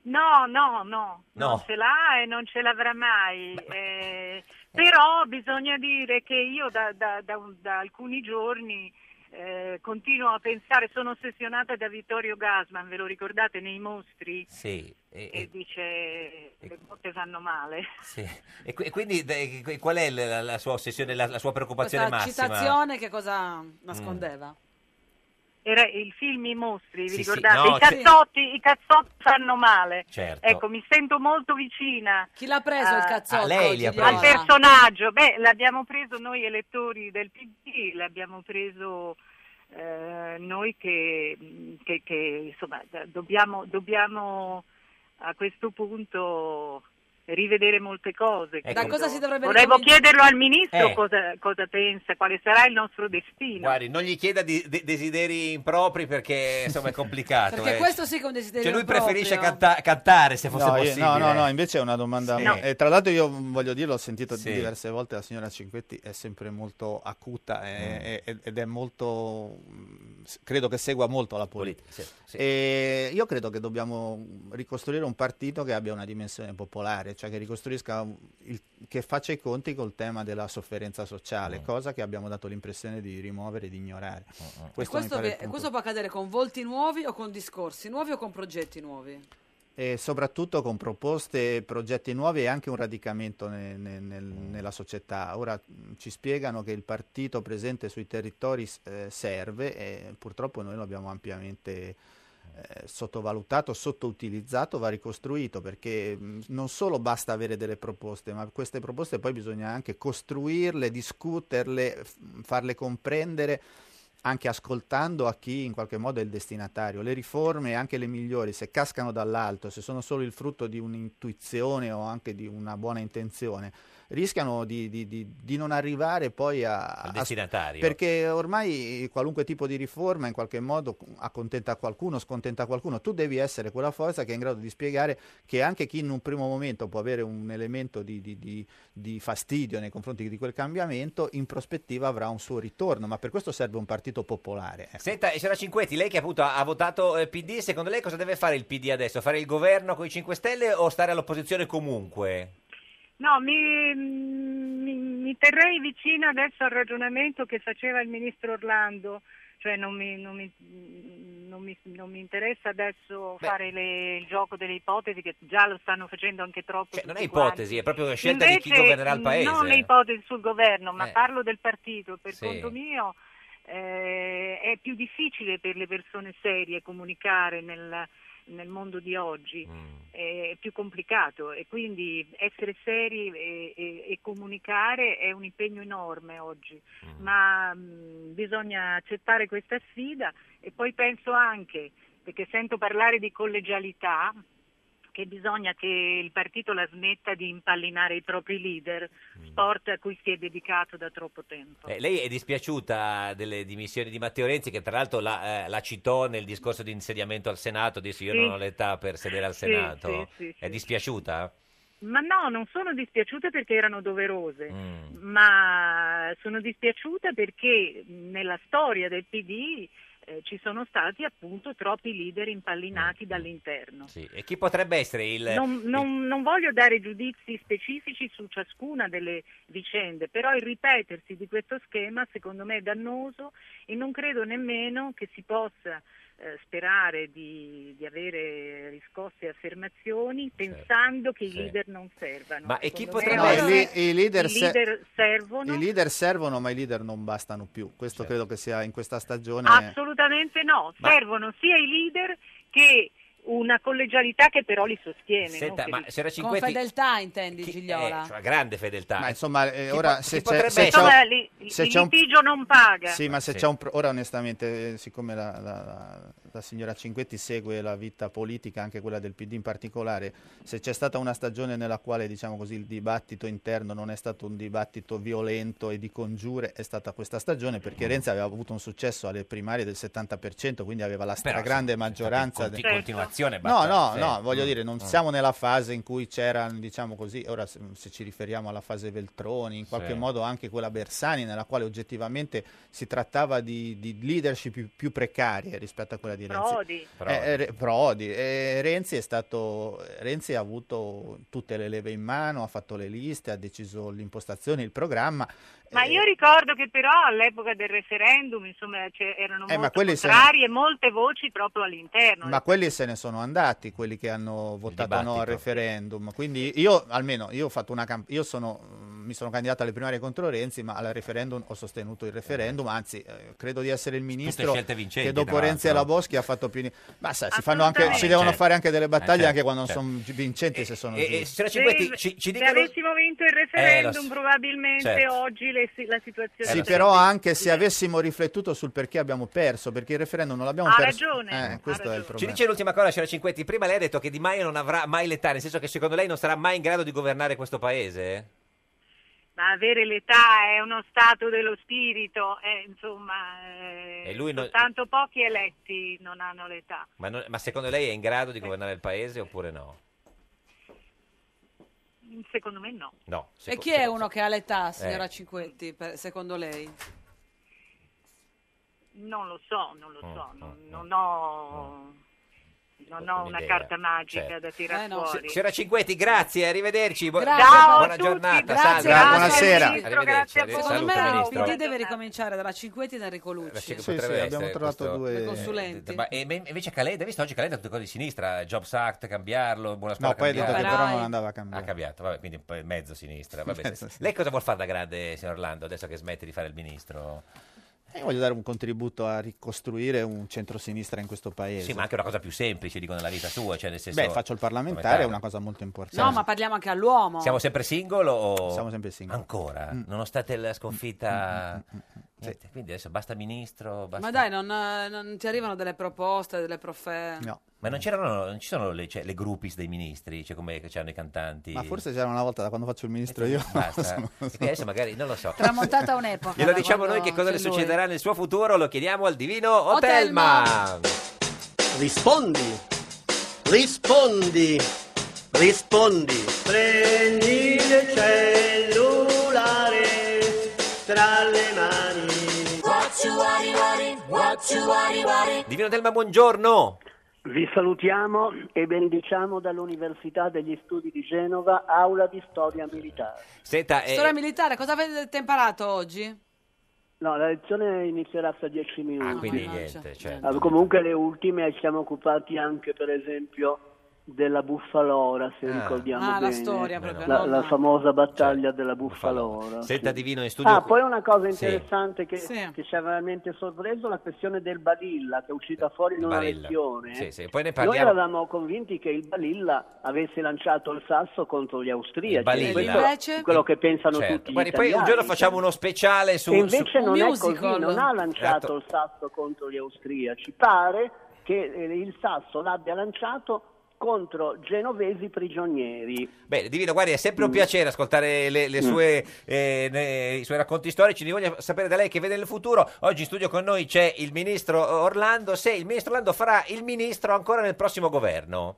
No, no, no,
No.
non ce l'ha e non ce l'avrà mai. Eh, però bisogna dire che io da, da- da un- da alcuni giorni eh, continuo a pensare, sono ossessionata da Vittorio Gasman, ve lo ricordate nei mostri?
Sì. E,
E
e-
dice le botte fanno male.
sì. E qui- e quindi de- que- qual è la, la sua ossessione, la, la sua preoccupazione
Questa
massima? Mm.
citazione che cosa nascondeva?
Era il film I mostri, vi
Sì, sì,
ricordate?
no,
I,
sì.
cazzotti, I cazzotti fanno male.
Certo.
Ecco, mi sento molto vicina. eh,
Chi l'ha preso il cazzotto?
Ah, lei li ha
Gigliola?
al personaggio. Beh, l'abbiamo preso noi elettori del PD, l'abbiamo preso eh, noi che, che- che, insomma d- dobbiamo, dobbiamo a questo punto rivedere molte cose.
Da
credo.
cosa si dovrebbe
Volevo
ricominciare?
chiederlo al ministro
Ecco. Eh.
cosa, cosa pensa, quale sarà il nostro destino.
Guardi, non gli chieda di- de- desideri impropri perché insomma è complicato.
Perché
eh.
questo sì che è un desiderio
Cioè lui preferisce
improprio.
canta- cantare se fosse
No, io-
possibile. eh,
no, no, no, invece è una domanda.
Sì.
No, e tra l'altro, io voglio dirlo, ho sentito
Sì.
diverse volte la signora Cinquetti è sempre molto acuta
Mm.
e- e- ed è molto. mh, s- credo che segua molto la politica. E io credo che dobbiamo ricostruire un partito che abbia una dimensione popolare, cioè che ricostruisca un- il- che faccia i conti col tema della sofferenza
Mm.
sociale, cosa che abbiamo dato l'impressione di rimuovere e di ignorare.
E
Questo mi
questo,
pare il
che-
punto.
questo può accadere con volti nuovi o con discorsi nuovi o con progetti nuovi?
e soprattutto con proposte, progetti nuovi e anche un radicamento ne- ne- nel- nella società. Ora mh, ci spiegano che il partito presente sui territori s- eh, serve e purtroppo noi lo abbiamo ampiamente eh, sottovalutato, sottoutilizzato, va ricostruito perché mh, non solo basta avere delle proposte, ma queste proposte poi bisogna anche costruirle, discuterle, f- farle comprendere anche ascoltando a chi in qualche modo è il destinatario. Le riforme, anche le migliori, se cascano dall'alto, se sono solo il frutto di un'intuizione o anche di una buona intenzione, rischiano di, di- di- di non arrivare poi a...
Al
a-
destinatario.
perché ormai qualunque tipo di riforma in qualche modo accontenta qualcuno, scontenta qualcuno. Tu devi essere quella forza che è in grado di spiegare che anche chi in un primo momento può avere un elemento di, di- di- di fastidio nei confronti di quel cambiamento, in prospettiva avrà un suo ritorno. Ma per questo serve un partito popolare. ecco.
Senta, signora Cinquetti, lei che appunto ha ha votato eh, PD, secondo lei cosa deve fare il PD adesso? Fare il governo con i 5 Stelle o stare all'opposizione comunque?
No, mi, mm, mi- mi terrei vicino adesso al ragionamento che faceva il ministro Orlando, cioè non mi, non mi- mm, non mi- non mi interessa adesso fare le- il gioco delle ipotesi che già lo stanno facendo anche troppo.
Cioè, Non è
tutti
ipotesi, è proprio una
quanti.
scelta di chi
Invece, mm,
governerà il paese.
Non le ipotesi sul governo, ma
Eh.
parlo del partito, per
Sì.
conto mio eh, è più difficile per le persone serie comunicare nel, nel mondo di oggi, è più complicato e quindi essere seri e, e- e comunicare è un impegno enorme oggi, ma mh, bisogna accettare questa sfida e poi penso anche, perché sento parlare di collegialità, che bisogna che il partito la smetta di impallinare i propri leader, sport a cui si è dedicato da troppo tempo.
Eh, lei è dispiaciuta delle dimissioni di Matteo Renzi, che tra l'altro la, eh, la citò nel discorso di insediamento al Senato, disse io
Sì.
non ho l'età per sedere al
Sì,
Senato.
sì, sì,
è dispiaciuta?
Ma no, non sono dispiaciuta perché erano doverose, ma sono dispiaciuta perché nella storia del PD eh, ci sono stati appunto troppi leader impallinati dall'interno.
Sì. E chi potrebbe essere il... eh,
Non, non- non voglio dare giudizi specifici su ciascuna delle vicende, però il ripetersi di questo schema secondo me è dannoso e non credo nemmeno che si possa eh, sperare di, di avere riscosse e affermazioni pensando che i
Sì.
leader non servano.
Certo, Ma e chi
Secondo me
potrebbe
No, i
essere-
li- i leader
i
se-
leader servono?
I leader servono, ma i leader non bastano più. Questo
Certo.
credo che sia in questa stagione.
Assolutamente no,
Ma-
servono sia i leader che una collegialità che però li sostiene.
Senta,
non che
ma
li-
signora
Con
Cinquetti...
fedeltà intendi Gigliola?
eh, cioè, grande fedeltà.
Ma insomma, eh,
Chi
ora
po-
se
chi
c'è,
potrebbe
se
essere-
c'è
Allora,
un-
li-
se
il
c'è un-
litigio non paga.
Sì, ma se
Ah, Sì.
c'è un pro- ora onestamente, eh, siccome la, la- la- la signora Cinquetti segue la vita politica, anche quella del PD in particolare, se c'è stata una stagione nella quale, diciamo così, il dibattito interno non è stato un dibattito violento e di congiure, è stata questa stagione perché
Mm.
Renzi aveva avuto un successo alle primarie del 70%, quindi aveva la
Però,
stragrande
sì,
maggioranza
Di
de-
continuazione
No,
basta-
no,
sì.
no, voglio dire, non
Mm.
siamo nella fase in cui c'era, diciamo così, ora se, se ci riferiamo alla fase Veltroni, in qualche
Sì.
modo anche quella Bersani, nella quale oggettivamente si trattava di, di leadership più, più precarie rispetto a quella di Renzi.
Prodi.
Eh, eh, Re- Prodi. Eh, Renzi è stato, Renzi ha avuto tutte le leve in mano, ha fatto le liste, ha deciso l'impostazione, il programma.
Ma
eh,
io ricordo che però all'epoca del referendum insomma, c'è- erano
Eh, ma
molto
quelli se-
contrari e molte voci proprio all'interno.
Ma quelli se ne sono andati, quelli che hanno votato no al
dibattito.
referendum. Quindi io, almeno, io ho fatto una camp- io sono, mm, mi sono candidato alle primarie contro Renzi, ma al referendum ho sostenuto il referendum, anzi eh, credo di essere il ministro
scelte vincenti,
che dopo
tra l'altro.
Renzi e la Boschi ha fatto più... ni- Ma sai, si, fanno anche, si
Assolutamente.
devono
Eh,
fare anche delle battaglie
certo,
anche quando
certo.
non sono vincenti se sono
e- e,
giuste.
signora Cinquetti,
Eh, Se-
ci,
se
ci dica...
avessimo vinto il referendum
Eh, lo-
probabilmente
certo.
oggi le si- la situazione
Sì,
sarebbe-
Eh, però anche se avessimo riflettuto sul perché abbiamo perso, perché il referendum non l'abbiamo
Ha
perso.
ragione,
Eh,
ha
questo è il
Ci
problema.
dice l'ultima cosa, signora Cinquetti. Prima lei ha detto che Di Maio non avrà mai l'età, nel senso che secondo lei non sarà mai in grado di governare questo paese?
Ma avere l'età è uno stato dello spirito, eh, insomma, eh,
E lui non-
soltanto pochi eletti non hanno l'età.
Ma, non- ma secondo lei è in grado di governare il paese oppure no?
Secondo me no.
No.
E
seco-
chi è uno che ha l'età, signora
Eh.
Cinquetti, per- secondo lei?
Non lo so, non lo
Oh,
so, non, non ho, non ho una
un'idea,
carta magica
certo.
da tirare
Se-
fuori.
Signora Cinquetti, grazie, arrivederci. Bu-
Eh, Grazie a
buona
tutti,
giornata,
grazie,
salve.
grazie, Buonasera.
grazie,
Arrivederci.
grazie a
arri-
voi.
Secondo
saluto,
me il
ministro.
PD deve ricominciare dalla Cinquetti e da Enrico Lucci.
Che
Sì,
potrebbe
sì, abbiamo
essere
trovato
questo-
due-
Due consulenti.
Ma e- e invece Calenda, hai visto oggi Calenda ha detto cose di sinistra, Jobs Act, cambiarlo, buona scuola
No, poi ha detto che
cambiare.
però non andava a cambiare.
Ha cambiato, vabbè, quindi poi mezzo sinistra. vabbè.
Mezzo sinistra.
Lei cosa vuol fare da grande, signor Orlando, adesso che smette di fare il ministro?
Io voglio dare un contributo a ricostruire un centrosinistra in questo paese.
Sì, ma anche una cosa più semplice, dico, nella vita sua, cioè nel senso...
Esatto. Beh, faccio il parlamentare, è una cosa molto importante.
No, ma parliamo anche all'uomo.
Siamo sempre single o... Siamo
sempre single. Mm.
Ancora? Nonostante la sconfitta... Niente, Quindi adesso basta ministro, basta...
Ma dai, non, eh, non ti arrivano delle proposte, delle profe...
Ma non, c'erano, non ci sono le, cioè, le groupies dei ministri, cioè come c'erano i cantanti?
Ma forse c'era una volta da quando faccio il ministro io.
Eh, Basta.
non so.
E quindi adesso magari non lo so.
Tramontata un'epoca.
Glielo
da
diciamo
quando
noi che cosa
c'è
le
lui.
succederà nel suo futuro, lo chiediamo al divino
Otelma.
Otelma.
Rispondi, rispondi, rispondi.
Prendi il cellulare tra le mani.
What you worry, worry, what you worry, worry.
Divino Otelma, buongiorno.
Vi salutiamo e benediciamo dall'Università degli Studi di Genova, aula di storia militare.
Senta, eh,
Storia militare, cosa avete imparato oggi?
No, la lezione inizierà fra dieci minuti.
quindi Ah, niente, cioè,
Ah, comunque le ultime ci siamo occupati anche per esempio della Buffalora, se ricordiamo
Ah, la
bene.
storia proprio,
La,
no,
la
no.
famosa
Cioè,
battaglia della Buffalora.
Senta
sì.
Divino in studio.
Ah, poi una cosa
Sì.
interessante che, che ci ha veramente sorpreso è la questione del Balilla che è uscita fuori in una
Eh, Barilla.
lezione.
Sì, sì, Poi ne
Noi
parliamo.
eravamo convinti che il Balilla avesse lanciato il sasso contro gli austriaci.
Il Balilla.
Questo è
Invece?
quello che pensano
Certo.
tutti gli
Guardi, poi un
italiani.
giorno facciamo uno speciale su
E invece
su- Esatto.
non è così, non ha lanciato il sasso contro gli austriaci. Pare che eh, il sasso l'abbia lanciato contro genovesi prigionieri.
Bene, Divino, guardi, è sempre un piacere ascoltare le, le
Mm.
sue, eh, ne- i suoi racconti storici. Li voglio sapere da lei che vede il futuro. Oggi in studio con noi c'è il ministro Orlando. Se il ministro Orlando farà il ministro ancora nel prossimo governo.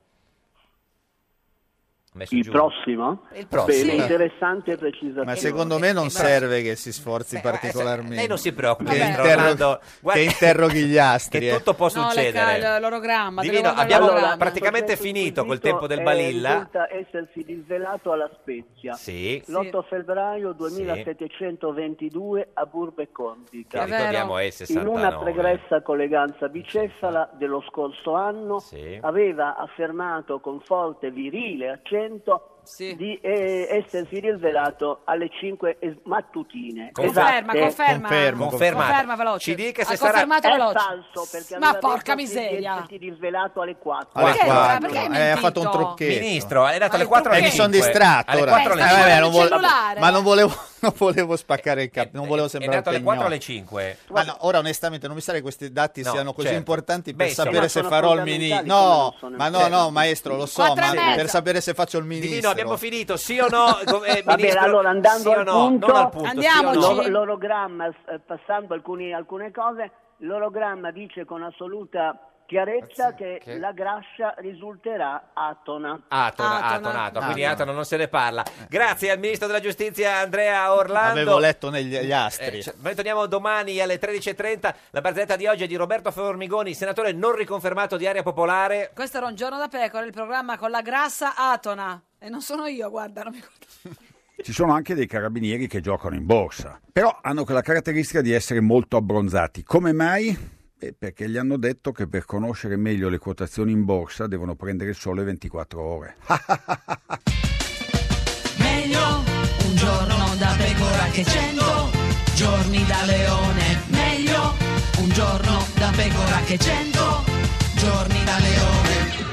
Ha messo
Il
giù.
prossimo?
Il prossimo.
Bene,
Sì.
interessante
Eh,
precisazione.
Ma secondo me non serve che si sforzi particolarmente.
lei non si preoccupi,
Che,
Ministro
interro-
Orlando.
che
Guardi-
interroghi gli astri. eh.
che tutto può
No, le ca-
succedere.
l- l'orogramma. deve
Divino,
guardare
abbiamo
l'orogramma.
praticamente finito col tempo del
Eh,
balilla.
risulta essersi disvelato alla Spezia
Sì.
l'8 febbraio 2722 a Burbe Condita.
Che È ricordiamo vero. è il
In
69.
una pregressa colleganza bicefala dello scorso anno
Sì.
aveva affermato con forte virile accento di eh, essersi rivelato alle 5 es- mattutine. Esatto.
Conferma,
Esatte.
conferma.
Confermo, conferma.
Conferma veloce.
Ci dica se
ha
sarà-
confermato
È
veloce.
falso, perché
Ma
aveva
porca
detto che di
miseria.
essersi rivelato alle 4.
Alle
Perché?
Cioè,
quattro.
Perché hai
Eh, ha
mentito?
fatto un trucchetto.
Ministro, è nato alle 4 alle
Eh, mi sono
5.
distratto
Alle
ora.
4 alle
Eh,
5.
vabbè, non volevo-
cellulare.
ma non volevo, non volevo spaccare il capo, non volevo
Eh, È
sembrare
nato alle 4
pegno.
alle 5.
Ma no, ora onestamente non mi sa che questi dati
No,
siano così
certo.
importanti
Beh,
per
insomma.
sapere
Ma
se
sono
farò il
fondamentali
ministro.
come non
No,
sono
ma no,
importanti.
no, maestro, lo so,
Quattro e
ma
mezza.
per sapere se faccio il ministro.
Divino, abbiamo finito, sì o no? Go- eh,
Vabbè,
ministro,
allora andando
sì o
al
no?
punto,
Non al punto, Andiamoci. sì o no?
L'or- l'orogramma, eh, passando alcuni- alcune cose, l'orogramma dice con assoluta chiarezza che,
che-
la grascia risulterà atona.
Atona, Atona, Atona, quindi Atona non se ne parla. Grazie al ministro della giustizia Andrea Orlando.
Avevo letto negli gli astri.
Eh, cioè, noi torniamo domani alle 13.30. La barzelletta di oggi è di Roberto Formigoni, senatore non riconfermato di Area Popolare.
Questo era un giorno da pecora, il programma con la grassa Atona. E non sono io, guarda, non mi guarda.
Ci sono anche dei carabinieri che giocano in borsa, però hanno quella caratteristica di essere molto abbronzati. Come mai? Beh, perché gli hanno detto che per conoscere meglio le quotazioni in borsa devono prendere sole 24 ore.
Meglio un giorno da pecora che cento giorni da leone. Meglio un giorno da pecora che cento giorni da leone.